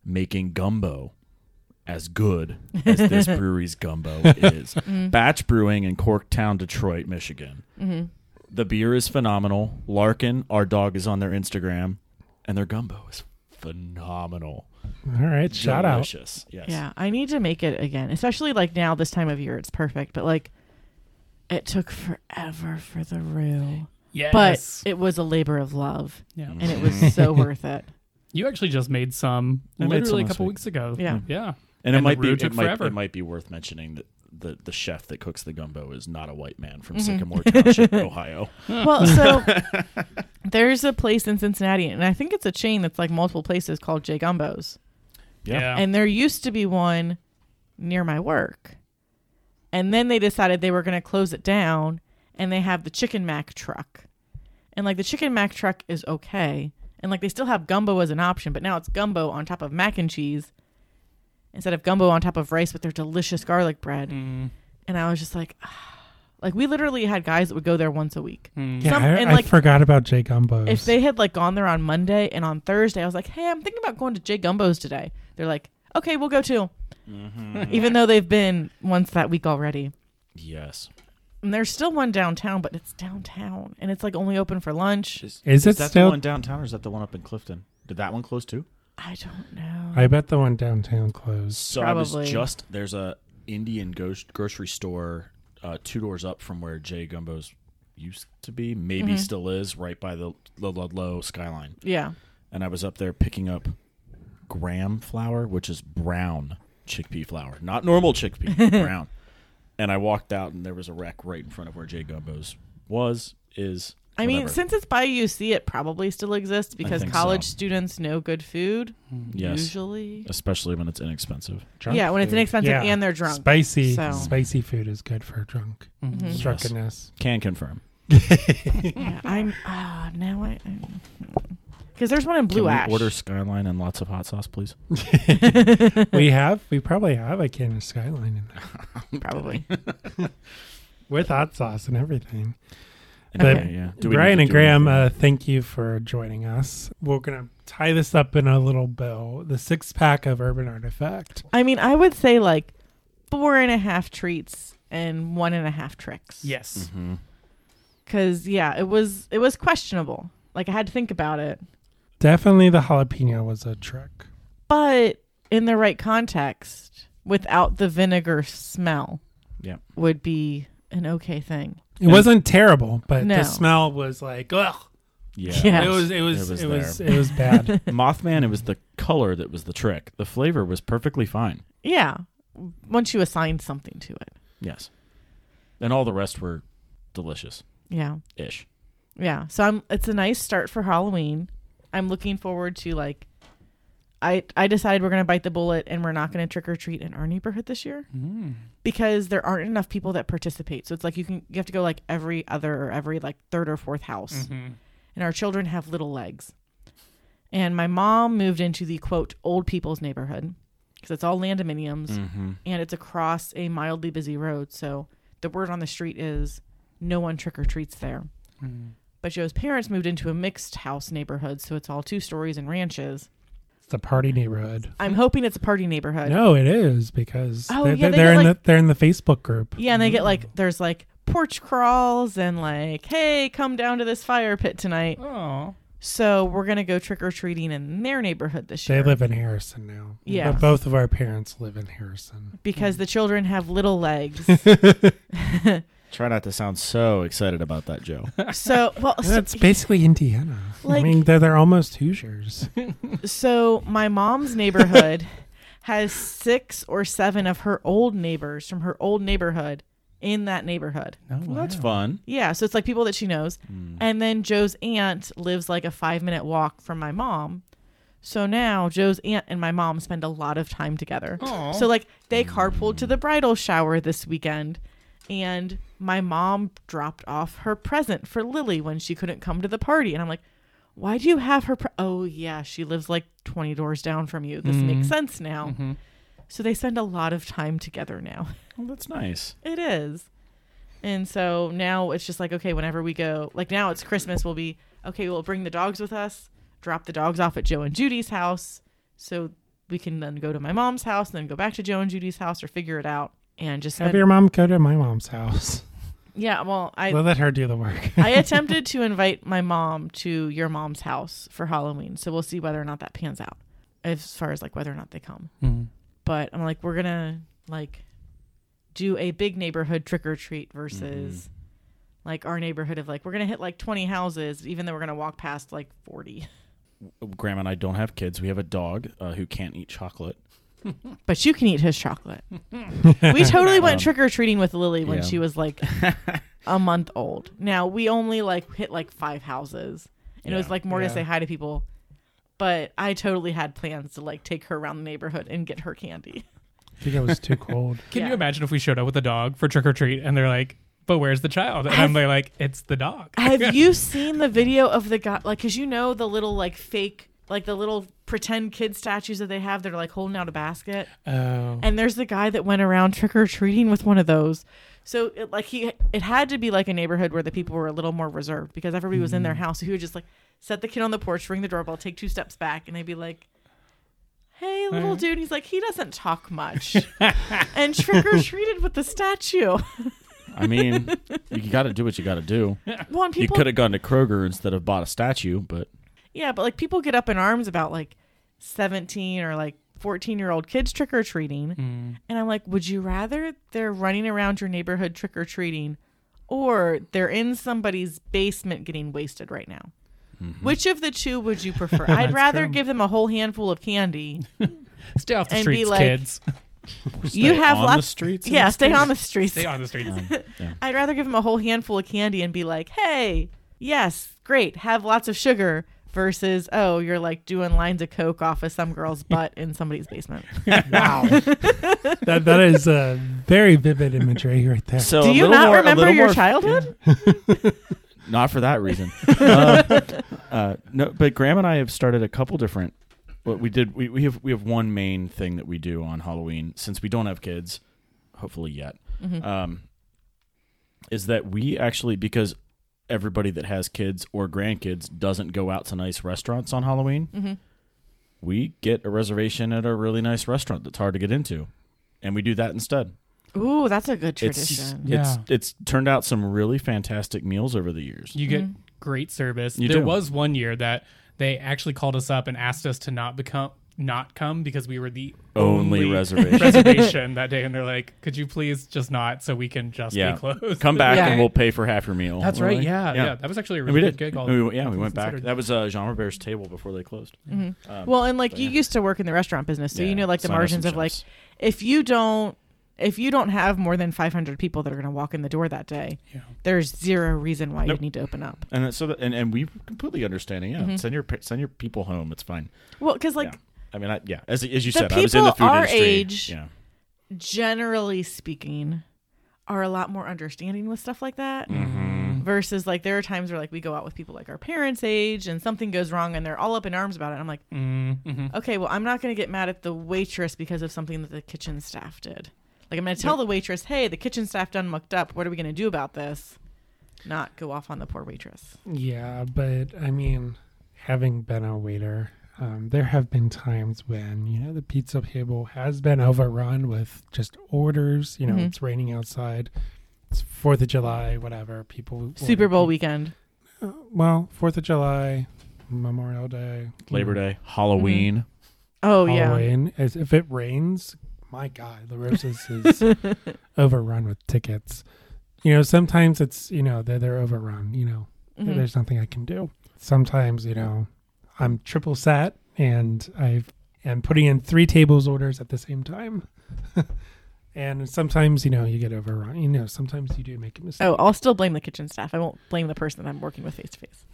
[SPEAKER 6] making gumbo as good as this brewery's gumbo is. Batch Brewing in Corktown, Detroit, Michigan. The beer is phenomenal. Larkin, our dog, is on their Instagram, and their gumbo is phenomenal.
[SPEAKER 3] all right. Shout out.
[SPEAKER 6] Delicious. Yes.
[SPEAKER 4] Yeah, I need to make it again, especially like now, this time of year, it's perfect. But like, it took forever for the roux,
[SPEAKER 5] Yes.
[SPEAKER 4] but it was a labor of love,
[SPEAKER 5] yeah.
[SPEAKER 4] and it was so worth it.
[SPEAKER 5] You actually just made some
[SPEAKER 6] I made
[SPEAKER 5] literally
[SPEAKER 6] some
[SPEAKER 5] a
[SPEAKER 6] last
[SPEAKER 5] couple
[SPEAKER 6] week.
[SPEAKER 5] weeks ago.
[SPEAKER 4] Yeah.
[SPEAKER 5] Yeah.
[SPEAKER 6] And,
[SPEAKER 5] And
[SPEAKER 6] it
[SPEAKER 5] the
[SPEAKER 6] might be
[SPEAKER 5] roux
[SPEAKER 6] it
[SPEAKER 5] took
[SPEAKER 6] might,
[SPEAKER 5] forever.
[SPEAKER 6] it might be worth mentioning that the, the chef that cooks the gumbo is not a white man from Sycamore Township, Ohio.
[SPEAKER 4] Well, so there's a place in Cincinnati, and I think it's a chain that's like multiple places called Jay Gumbo's.
[SPEAKER 5] Yeah.
[SPEAKER 4] And there used to be one near my work. And then they decided they were going to close it down and they have the chicken mac truck. And like the chicken mac truck is okay. And like they still have gumbo as an option, but now it's gumbo on top of mac and cheese instead of gumbo on top of rice with their delicious garlic bread. And I was just like, [sighs] like we literally had guys that would go there once a week.
[SPEAKER 3] Yeah,
[SPEAKER 4] Some-
[SPEAKER 3] I,
[SPEAKER 4] and,
[SPEAKER 3] I
[SPEAKER 4] like,
[SPEAKER 3] forgot about Jay Gumbo's.
[SPEAKER 4] If they had like gone there on Monday and on Thursday, I was like, hey, I'm thinking about going to Jay Gumbo's today. They're like, okay, we'll go too.
[SPEAKER 6] Mm-hmm.
[SPEAKER 4] Even though they've been once that week already.
[SPEAKER 6] Yes.
[SPEAKER 4] And there's still one downtown, but it's downtown and it's like only open for lunch.
[SPEAKER 6] Is,
[SPEAKER 3] Is it
[SPEAKER 6] that
[SPEAKER 3] still-
[SPEAKER 6] the one downtown or is that the one up in Clifton? Did that one close too?
[SPEAKER 4] I don't know.
[SPEAKER 3] I bet the one downtown closed.
[SPEAKER 6] So I
[SPEAKER 4] Probably.
[SPEAKER 6] was just there's a Indian go- grocery store uh, two doors up from where Jay Gumbo's used to be, maybe
[SPEAKER 4] Mm-hmm.
[SPEAKER 6] still is, right by the low, low, low skyline.
[SPEAKER 4] yeah.
[SPEAKER 6] And I was up there picking up gram flour, which is brown chickpea flour, not
[SPEAKER 4] [laughs]
[SPEAKER 6] normal chickpea, brown. And I walked out, and there was a rack right in front of where Jay Gumbo's was is.
[SPEAKER 4] I mean,
[SPEAKER 6] whatever.
[SPEAKER 4] since it's by UC, it probably still exists because
[SPEAKER 6] think
[SPEAKER 4] college
[SPEAKER 6] so.
[SPEAKER 4] students know good food
[SPEAKER 6] yes,
[SPEAKER 4] usually.
[SPEAKER 6] especially when it's inexpensive.
[SPEAKER 3] Drunk
[SPEAKER 4] yeah, when it's
[SPEAKER 3] food.
[SPEAKER 4] inexpensive
[SPEAKER 3] Yeah.
[SPEAKER 4] and they're drunk.
[SPEAKER 3] Spicy,
[SPEAKER 4] So-
[SPEAKER 3] spicy food is good for drunk
[SPEAKER 6] Mm-hmm.
[SPEAKER 4] [laughs]
[SPEAKER 3] drunkenness.
[SPEAKER 6] Can confirm.
[SPEAKER 4] Yeah, I'm ah now I because there's one in Blue
[SPEAKER 6] Can we
[SPEAKER 4] Ash.
[SPEAKER 6] order Skyline and lots of hot sauce, please?
[SPEAKER 3] we have, we probably have a can of Skyline in there
[SPEAKER 4] probably.
[SPEAKER 3] with hot sauce and everything.
[SPEAKER 6] Anyway,
[SPEAKER 4] Okay.
[SPEAKER 6] yeah. Do we need
[SPEAKER 3] Brian
[SPEAKER 6] to
[SPEAKER 3] and
[SPEAKER 6] do
[SPEAKER 3] Graham,
[SPEAKER 6] anything?
[SPEAKER 3] uh, thank you for joining us. We're gonna tie this up in a little bow. The six pack of Urban Artifact.
[SPEAKER 4] I mean, I would say like four and a half treats and one and a half tricks.
[SPEAKER 5] Yes.
[SPEAKER 6] Mm-hmm.
[SPEAKER 4] because yeah, it was it was questionable. Like I had to think about it,
[SPEAKER 3] Definitely the jalapeno was a trick.
[SPEAKER 4] but in the right context, without the vinegar smell,
[SPEAKER 6] Yeah.
[SPEAKER 4] would be an okay thing.
[SPEAKER 3] It wasn't terrible, but
[SPEAKER 4] No.
[SPEAKER 3] the smell was like, ugh.
[SPEAKER 6] [laughs] Yeah.
[SPEAKER 4] Yeah.
[SPEAKER 3] It was, it was,
[SPEAKER 6] It was
[SPEAKER 3] it was,
[SPEAKER 4] [laughs]
[SPEAKER 6] there.
[SPEAKER 5] [laughs]
[SPEAKER 3] it was bad.
[SPEAKER 6] Mothman, it was the color that was the trick. The flavor was perfectly fine.
[SPEAKER 4] Yeah, once you assign something to it.
[SPEAKER 6] Yes. And all the rest were delicious
[SPEAKER 4] Yeah.
[SPEAKER 6] ish.
[SPEAKER 4] Yeah. So I'm it's a nice start for Halloween. I'm looking forward to like I I decided we're going to bite the bullet and we're not going to trick or treat in our neighborhood this year. Because there aren't enough people that participate. So it's like you can you have to go like every other or every like third or fourth house. And our children have little legs. And my mom moved into the quote old people's neighborhood because it's all land dominiums and it's across a mildly busy road. So the word on the street is no one trick or treats there. But Joe's parents moved into a mixed house neighborhood, so it's all two stories and ranches.
[SPEAKER 3] it's the party neighborhood.
[SPEAKER 4] I'm hoping it's a party neighborhood.
[SPEAKER 3] No, it is because
[SPEAKER 4] Oh,
[SPEAKER 3] they're,
[SPEAKER 4] yeah,
[SPEAKER 3] they're,
[SPEAKER 4] they
[SPEAKER 3] they're
[SPEAKER 4] get,
[SPEAKER 3] in
[SPEAKER 4] like-
[SPEAKER 3] the they're in the Facebook group.
[SPEAKER 4] Yeah, and they get like there's like porch crawls and like, hey, come down to this fire pit tonight.
[SPEAKER 5] Oh.
[SPEAKER 4] So we're gonna go trick or treating in their neighborhood this
[SPEAKER 3] They
[SPEAKER 4] year
[SPEAKER 3] live in Harrison now.
[SPEAKER 4] Yeah.
[SPEAKER 3] But both of our parents live in Harrison.
[SPEAKER 4] because the children have
[SPEAKER 3] [laughs]
[SPEAKER 4] little legs.
[SPEAKER 6] Try not to sound so excited about that, [laughs] Joe.
[SPEAKER 4] so well, so-
[SPEAKER 3] That's basically Indiana. I
[SPEAKER 4] Like-
[SPEAKER 3] mean, they're, they're almost Hoosiers. [laughs]
[SPEAKER 4] So my mom's neighborhood has six or seven of her old neighbors from her old neighborhood in that neighborhood.
[SPEAKER 6] well,
[SPEAKER 4] Oh,
[SPEAKER 6] that's fun.
[SPEAKER 4] Yeah, so it's like people that she knows. And then Joe's aunt lives like a 5-minute walk from my mom. So now Joe's aunt and my mom spend a lot of time together. So like they carpooled to the bridal shower this weekend and my mom dropped off her present for Lily when she couldn't come to the party and I'm like why do you have her? Pre- oh, yeah, she lives like 20 doors down from you. This makes sense now. So they spend a lot of time together now.
[SPEAKER 6] Well, that's nice.
[SPEAKER 4] It is. And so now it's just like, okay, whenever we go, like now it's Christmas, we'll be, okay, we'll bring the dogs with us, drop the dogs off at Joe and Judy's house. So we can then go to my mom's house and then go back to Joe and Judy's house or figure it out and just
[SPEAKER 3] Have
[SPEAKER 4] spend.
[SPEAKER 3] your mom go to my mom's house. [laughs]
[SPEAKER 4] yeah, well, I,
[SPEAKER 3] We'll let her do the work.
[SPEAKER 4] I attempted to invite my mom to your mom's house for Halloween, so we'll see whether or not that pans out, as far as like whether or not they come. But I'm like, we're gonna like do a big neighborhood trick or treat versus like our neighborhood of like we're gonna hit like 20 houses, even though we're gonna walk past like 40.
[SPEAKER 6] Graham and I don't have kids. We have a dog uh, who can't eat chocolate.
[SPEAKER 4] But you can eat his
[SPEAKER 6] [laughs]
[SPEAKER 4] chocolate. we totally went trick or treating with Lily when
[SPEAKER 6] Um, yeah.
[SPEAKER 4] she was
[SPEAKER 6] [laughs]
[SPEAKER 4] like a month old. Now we only like hit like five houses, and it was
[SPEAKER 6] Yeah.
[SPEAKER 4] like more
[SPEAKER 3] Yeah.
[SPEAKER 4] to say hi to people.
[SPEAKER 6] [laughs]
[SPEAKER 4] But I totally had plans to like take her around the neighborhood and get her candy.
[SPEAKER 3] think it was too cold.
[SPEAKER 5] Can you
[SPEAKER 4] Yeah.
[SPEAKER 5] imagine if we showed up with a dog for trick or treat and they're like, "But where's the child?" And I'm like, "It's the [laughs] dog."
[SPEAKER 4] Have you seen the video of the guy? Like, cause you know the little like fake, like the little pretend kid statues that they have. They're like holding out a basket,
[SPEAKER 5] Oh.
[SPEAKER 4] and there's the guy that went around trick or treating with one of those. So it, like he, it had to be like a neighborhood where the people were a little more reserved because everybody was in their house. So he would just like set the kid on the porch, ring the doorbell, take two steps back, and they'd be like. Hey, little dude. He's like, he doesn't talk much. and trick or treated with the statue. [laughs]
[SPEAKER 6] I mean, you got to do what you got to do.
[SPEAKER 4] Well, and
[SPEAKER 6] You
[SPEAKER 4] people
[SPEAKER 6] could have gone to Kroger instead of bought a statue, but
[SPEAKER 4] Yeah, but like people get up in arms about like 17 or like 14 year old kids trick or treating. And I'm like, would you rather they're running around your neighborhood trick or treating or they're in somebody's basement getting wasted right now? Which of the two would you prefer? I'd rather
[SPEAKER 5] true.
[SPEAKER 4] give them a whole handful of candy.
[SPEAKER 5] Stay off the
[SPEAKER 4] and be
[SPEAKER 5] streets,
[SPEAKER 4] like-
[SPEAKER 5] kids.
[SPEAKER 4] you have
[SPEAKER 6] on
[SPEAKER 4] lots
[SPEAKER 6] the streets.
[SPEAKER 4] Yeah, stay on the streets.
[SPEAKER 5] Stay on the streets.
[SPEAKER 4] I'd rather give them a whole handful of candy and be like, hey, yes, great, have lots of sugar versus, oh, you're like doing lines of coke off of some
[SPEAKER 6] [laughs]
[SPEAKER 4] girl's butt in somebody's basement.
[SPEAKER 3] Wow. that that is a [laughs] very vivid imagery right there.
[SPEAKER 6] So
[SPEAKER 4] Do
[SPEAKER 6] a
[SPEAKER 4] you
[SPEAKER 6] little
[SPEAKER 4] not
[SPEAKER 6] more- a
[SPEAKER 4] remember
[SPEAKER 6] little
[SPEAKER 4] your
[SPEAKER 6] more-
[SPEAKER 4] childhood?
[SPEAKER 6] Not for that reason. Uh, uh, no, but Graham and I have started a couple different. What we did, we, we have we have one main thing that we do on Halloween since we don't have kids, hopefully yet. Um, is that we actually because everybody that has kids or grandkids doesn't go out to nice restaurants on Halloween. We get a reservation at a really nice restaurant that's hard to get into, and we do that instead.
[SPEAKER 4] Ooh, that's a good
[SPEAKER 6] It's
[SPEAKER 4] tradition.
[SPEAKER 6] it's
[SPEAKER 3] Yeah.
[SPEAKER 6] it's turned out some really fantastic meals over the years.
[SPEAKER 5] You
[SPEAKER 4] Mm-hmm.
[SPEAKER 5] get great service.
[SPEAKER 6] You
[SPEAKER 5] there
[SPEAKER 6] do.
[SPEAKER 5] was one year that they actually called us up and asked us to not become not come because we were the
[SPEAKER 6] Only
[SPEAKER 5] [laughs]
[SPEAKER 6] reservation. [laughs]
[SPEAKER 5] reservation that day and they're like could you please just not so we can just
[SPEAKER 6] yeah.
[SPEAKER 5] be closed
[SPEAKER 6] Come back
[SPEAKER 4] Yeah.
[SPEAKER 6] and we'll pay for half your meal.
[SPEAKER 5] that's
[SPEAKER 6] We're
[SPEAKER 5] right
[SPEAKER 6] like,
[SPEAKER 5] yeah, yeah that was actually a
[SPEAKER 6] And we
[SPEAKER 5] really
[SPEAKER 6] did.
[SPEAKER 5] good gig all-
[SPEAKER 6] And we- yeah, we
[SPEAKER 5] all
[SPEAKER 6] went back.
[SPEAKER 5] considered.
[SPEAKER 6] That was uh, Jean Robert's table before they closed.
[SPEAKER 4] well, and like you used to work in the restaurant business, Mm-hmm. so
[SPEAKER 6] Yeah,
[SPEAKER 4] you know like the
[SPEAKER 6] sign us
[SPEAKER 4] margins
[SPEAKER 6] some
[SPEAKER 4] of like
[SPEAKER 6] chefs.
[SPEAKER 4] if you don't if you don't have more than 500 people that are going to walk in the door that day, there's zero reason why
[SPEAKER 6] Nope.
[SPEAKER 4] you need to open up.
[SPEAKER 6] And that, so that, and, and we completely understanding. Yeah, send your pa- send your people home. It's fine.
[SPEAKER 4] Well, cuz Mm-hmm. like
[SPEAKER 6] yeah. I mean, I, yeah. As as you
[SPEAKER 4] The
[SPEAKER 6] said, I was in the
[SPEAKER 4] people
[SPEAKER 6] food
[SPEAKER 4] our
[SPEAKER 6] industry.
[SPEAKER 4] age-
[SPEAKER 6] yeah.
[SPEAKER 4] generally speaking, are a lot more understanding with stuff like that. Versus like there are times where like we go out with people like our parents' age and something goes wrong and they're all up in arms about it. I'm like, okay, well I'm not gonna get mad at the waitress because of something that the kitchen staff did. Like I'm gonna tell the waitress, hey, the kitchen staff done mucked up. What are we gonna do about this? Not go off on the poor waitress.
[SPEAKER 3] Yeah, but I mean, having been a waiter, um, there have been times when you know the pizza table has been overrun with just orders. You know,
[SPEAKER 4] Mm-hmm.
[SPEAKER 3] it's raining outside. It's Fourth of July, whatever. People
[SPEAKER 4] Super
[SPEAKER 3] order-
[SPEAKER 4] Bowl weekend.
[SPEAKER 3] Well, Fourth of July, Memorial Day,
[SPEAKER 6] Labor Day, Halloween.
[SPEAKER 4] Oh yeah.
[SPEAKER 3] Halloween. As if it rains, my God, the roses
[SPEAKER 4] [laughs]
[SPEAKER 3] is overrun with tickets. You know, sometimes it's you know they're they're overrun. You know,
[SPEAKER 4] Mm-hmm.
[SPEAKER 3] there's nothing I can do. Sometimes you know I'm triple sat and I've am putting in three tables orders at the same time. [laughs] and sometimes you know you get overrun. You know, sometimes you do make a mistake.
[SPEAKER 4] Oh, I'll still blame the kitchen staff. I won't blame the person that I'm working with face to face.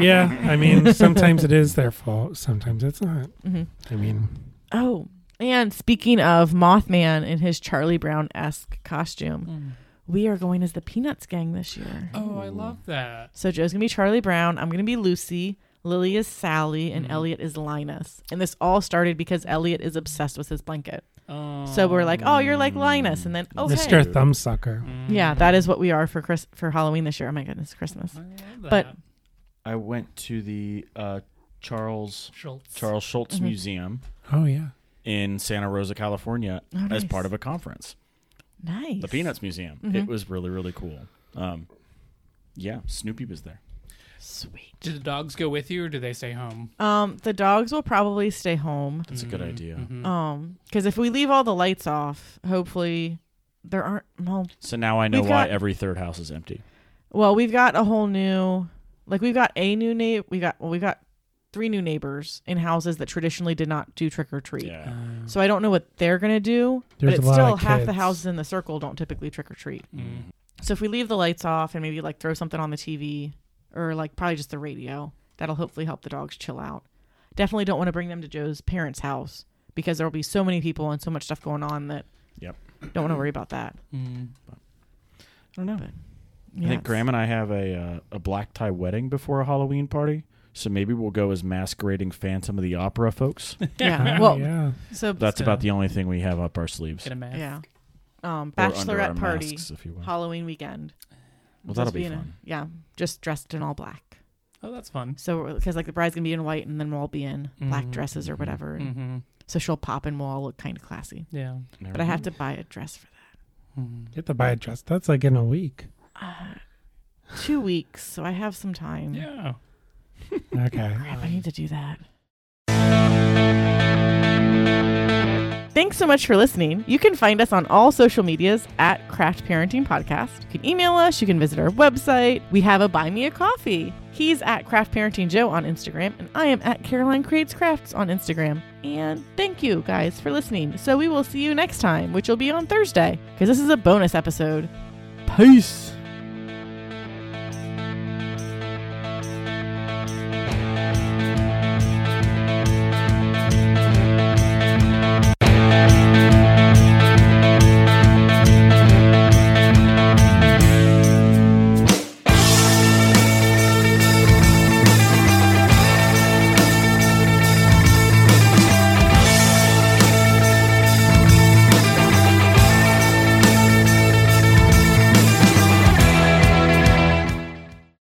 [SPEAKER 3] yeah. I
[SPEAKER 4] [laughs]
[SPEAKER 3] mean, sometimes it is their fault. Sometimes it's not.
[SPEAKER 4] Mm-hmm.
[SPEAKER 3] I mean,
[SPEAKER 4] Oh, and speaking of Mothman in his Charlie Brown esque costume, we are going as the Peanuts gang this year.
[SPEAKER 5] oh i love that
[SPEAKER 4] So Joe's gonna be Charlie Brown. I'm gonna be Lucy. Lily is Sally,
[SPEAKER 6] Mm-hmm.
[SPEAKER 4] and Elliot is Linus. And this all started because Elliot is obsessed with his blanket.
[SPEAKER 5] oh
[SPEAKER 4] So we're like, oh, you're like Linus, and then Mm-hmm. okay,
[SPEAKER 3] Mr. Thumbsucker.
[SPEAKER 4] yeah, that is what we are for Chris for Halloween this year. Oh my goodness, Christmas. But
[SPEAKER 6] I went to the uh, Charles
[SPEAKER 5] Schultz.
[SPEAKER 6] Charles Schultz
[SPEAKER 4] Mm-hmm.
[SPEAKER 6] Museum
[SPEAKER 3] Oh yeah.
[SPEAKER 6] in Santa Rosa, California, as
[SPEAKER 4] Oh, nice.
[SPEAKER 6] part of a conference.
[SPEAKER 4] nice,
[SPEAKER 6] The Peanuts Museum.
[SPEAKER 4] Mm-hmm.
[SPEAKER 6] It was really really cool. Um, yeah, Snoopy was there.
[SPEAKER 4] sweet.
[SPEAKER 5] do the dogs go with you or do they stay home
[SPEAKER 4] Um, the dogs will probably stay home.
[SPEAKER 6] That's a good idea.
[SPEAKER 4] Um, because if we leave all the lights off, hopefully there aren't. Well,
[SPEAKER 6] So now I know
[SPEAKER 4] We've
[SPEAKER 6] why
[SPEAKER 4] got-
[SPEAKER 6] every third house is empty.
[SPEAKER 4] well, we've got a whole new, like we've got a new neighbor. We got well, we've got three new neighbors in houses that traditionally did not do trick or treat.
[SPEAKER 6] Yeah.
[SPEAKER 4] So I don't know what they're gonna do,
[SPEAKER 3] There's
[SPEAKER 4] but
[SPEAKER 3] a
[SPEAKER 4] it's
[SPEAKER 3] lot
[SPEAKER 4] still
[SPEAKER 3] of
[SPEAKER 4] half the
[SPEAKER 3] kids.
[SPEAKER 4] houses in the circle don't typically trick or treat.
[SPEAKER 6] Mm-hmm.
[SPEAKER 4] So if we leave the lights off and maybe like throw something on the TV or like probably just the radio, that'll hopefully help the dogs chill out. Definitely don't want to bring them to Joe's parents' house because there will be so many people and so much stuff going on that
[SPEAKER 6] Yep.
[SPEAKER 4] don't want to worry about that.
[SPEAKER 6] I don't know.
[SPEAKER 4] Yeah,
[SPEAKER 6] I think
[SPEAKER 4] it's-
[SPEAKER 6] Graham and I have a uh, a black tie wedding before a Halloween party, so maybe we'll go as masquerading Phantom of the Opera folks.
[SPEAKER 4] Yeah.
[SPEAKER 5] Uh, [laughs]
[SPEAKER 3] Oh,
[SPEAKER 4] Well,
[SPEAKER 3] yeah.
[SPEAKER 4] so
[SPEAKER 6] That's
[SPEAKER 5] go.
[SPEAKER 6] about the only thing we have up our sleeves.
[SPEAKER 5] Mm. Get a mask.
[SPEAKER 4] yeah, um,
[SPEAKER 6] Or under our
[SPEAKER 4] bachelorette party,
[SPEAKER 6] masks, if you will.
[SPEAKER 4] Halloween weekend.
[SPEAKER 6] Well,
[SPEAKER 4] Just
[SPEAKER 6] that'll be
[SPEAKER 4] in a-
[SPEAKER 6] fun.
[SPEAKER 4] yeah, just dressed in all black.
[SPEAKER 5] Oh, that's fun.
[SPEAKER 4] So because like the bride's gonna be in white and then we'll all be in black
[SPEAKER 5] Mhm.
[SPEAKER 4] dresses or whatever. and
[SPEAKER 5] Mm-hmm.
[SPEAKER 4] So she'll pop and we'll all look kind of classy.
[SPEAKER 5] Yeah.
[SPEAKER 6] There
[SPEAKER 4] But
[SPEAKER 6] we
[SPEAKER 4] I
[SPEAKER 6] go.
[SPEAKER 4] have to buy a dress for that.
[SPEAKER 5] Mhm.
[SPEAKER 3] You have to buy a dress. That's like in a week.
[SPEAKER 4] Two weeks, so I have some time.
[SPEAKER 5] Yeah.
[SPEAKER 3] Okay.
[SPEAKER 4] Crap, I need to do that. Thanks so much for listening. You can find us on all social medias at Craft Parenting Podcast. You can email us, you can visit our website. We have a Buy Me a Coffee. He's at Craft Parenting Joe on Instagram, and I am at Caroline Creates Crafts on Instagram. And thank you guys for listening. So we will see you next time, which will be on Thursday, because this is a bonus episode. Peace.